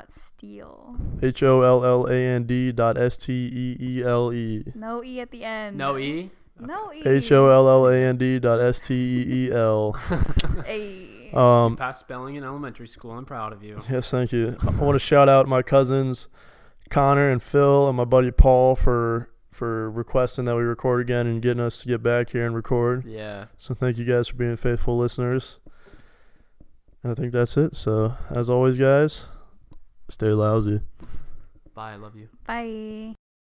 holland.steel.
H O L L A N D dot S T E E L E.
No E at the end.
No E?
No E.
H O L L A N D dot S T E E L.
A.
Um,
Past E. spelling in elementary school. I'm proud of you.
yes, thank you. I want to shout out my cousins Connor and Phil and my buddy Paul for for requesting that we record again and getting us to get back here and record.
Yeah.
So thank you guys for being faithful listeners. And I think that's it. So as always, guys, stay lousy.
Bye. I love you.
Bye.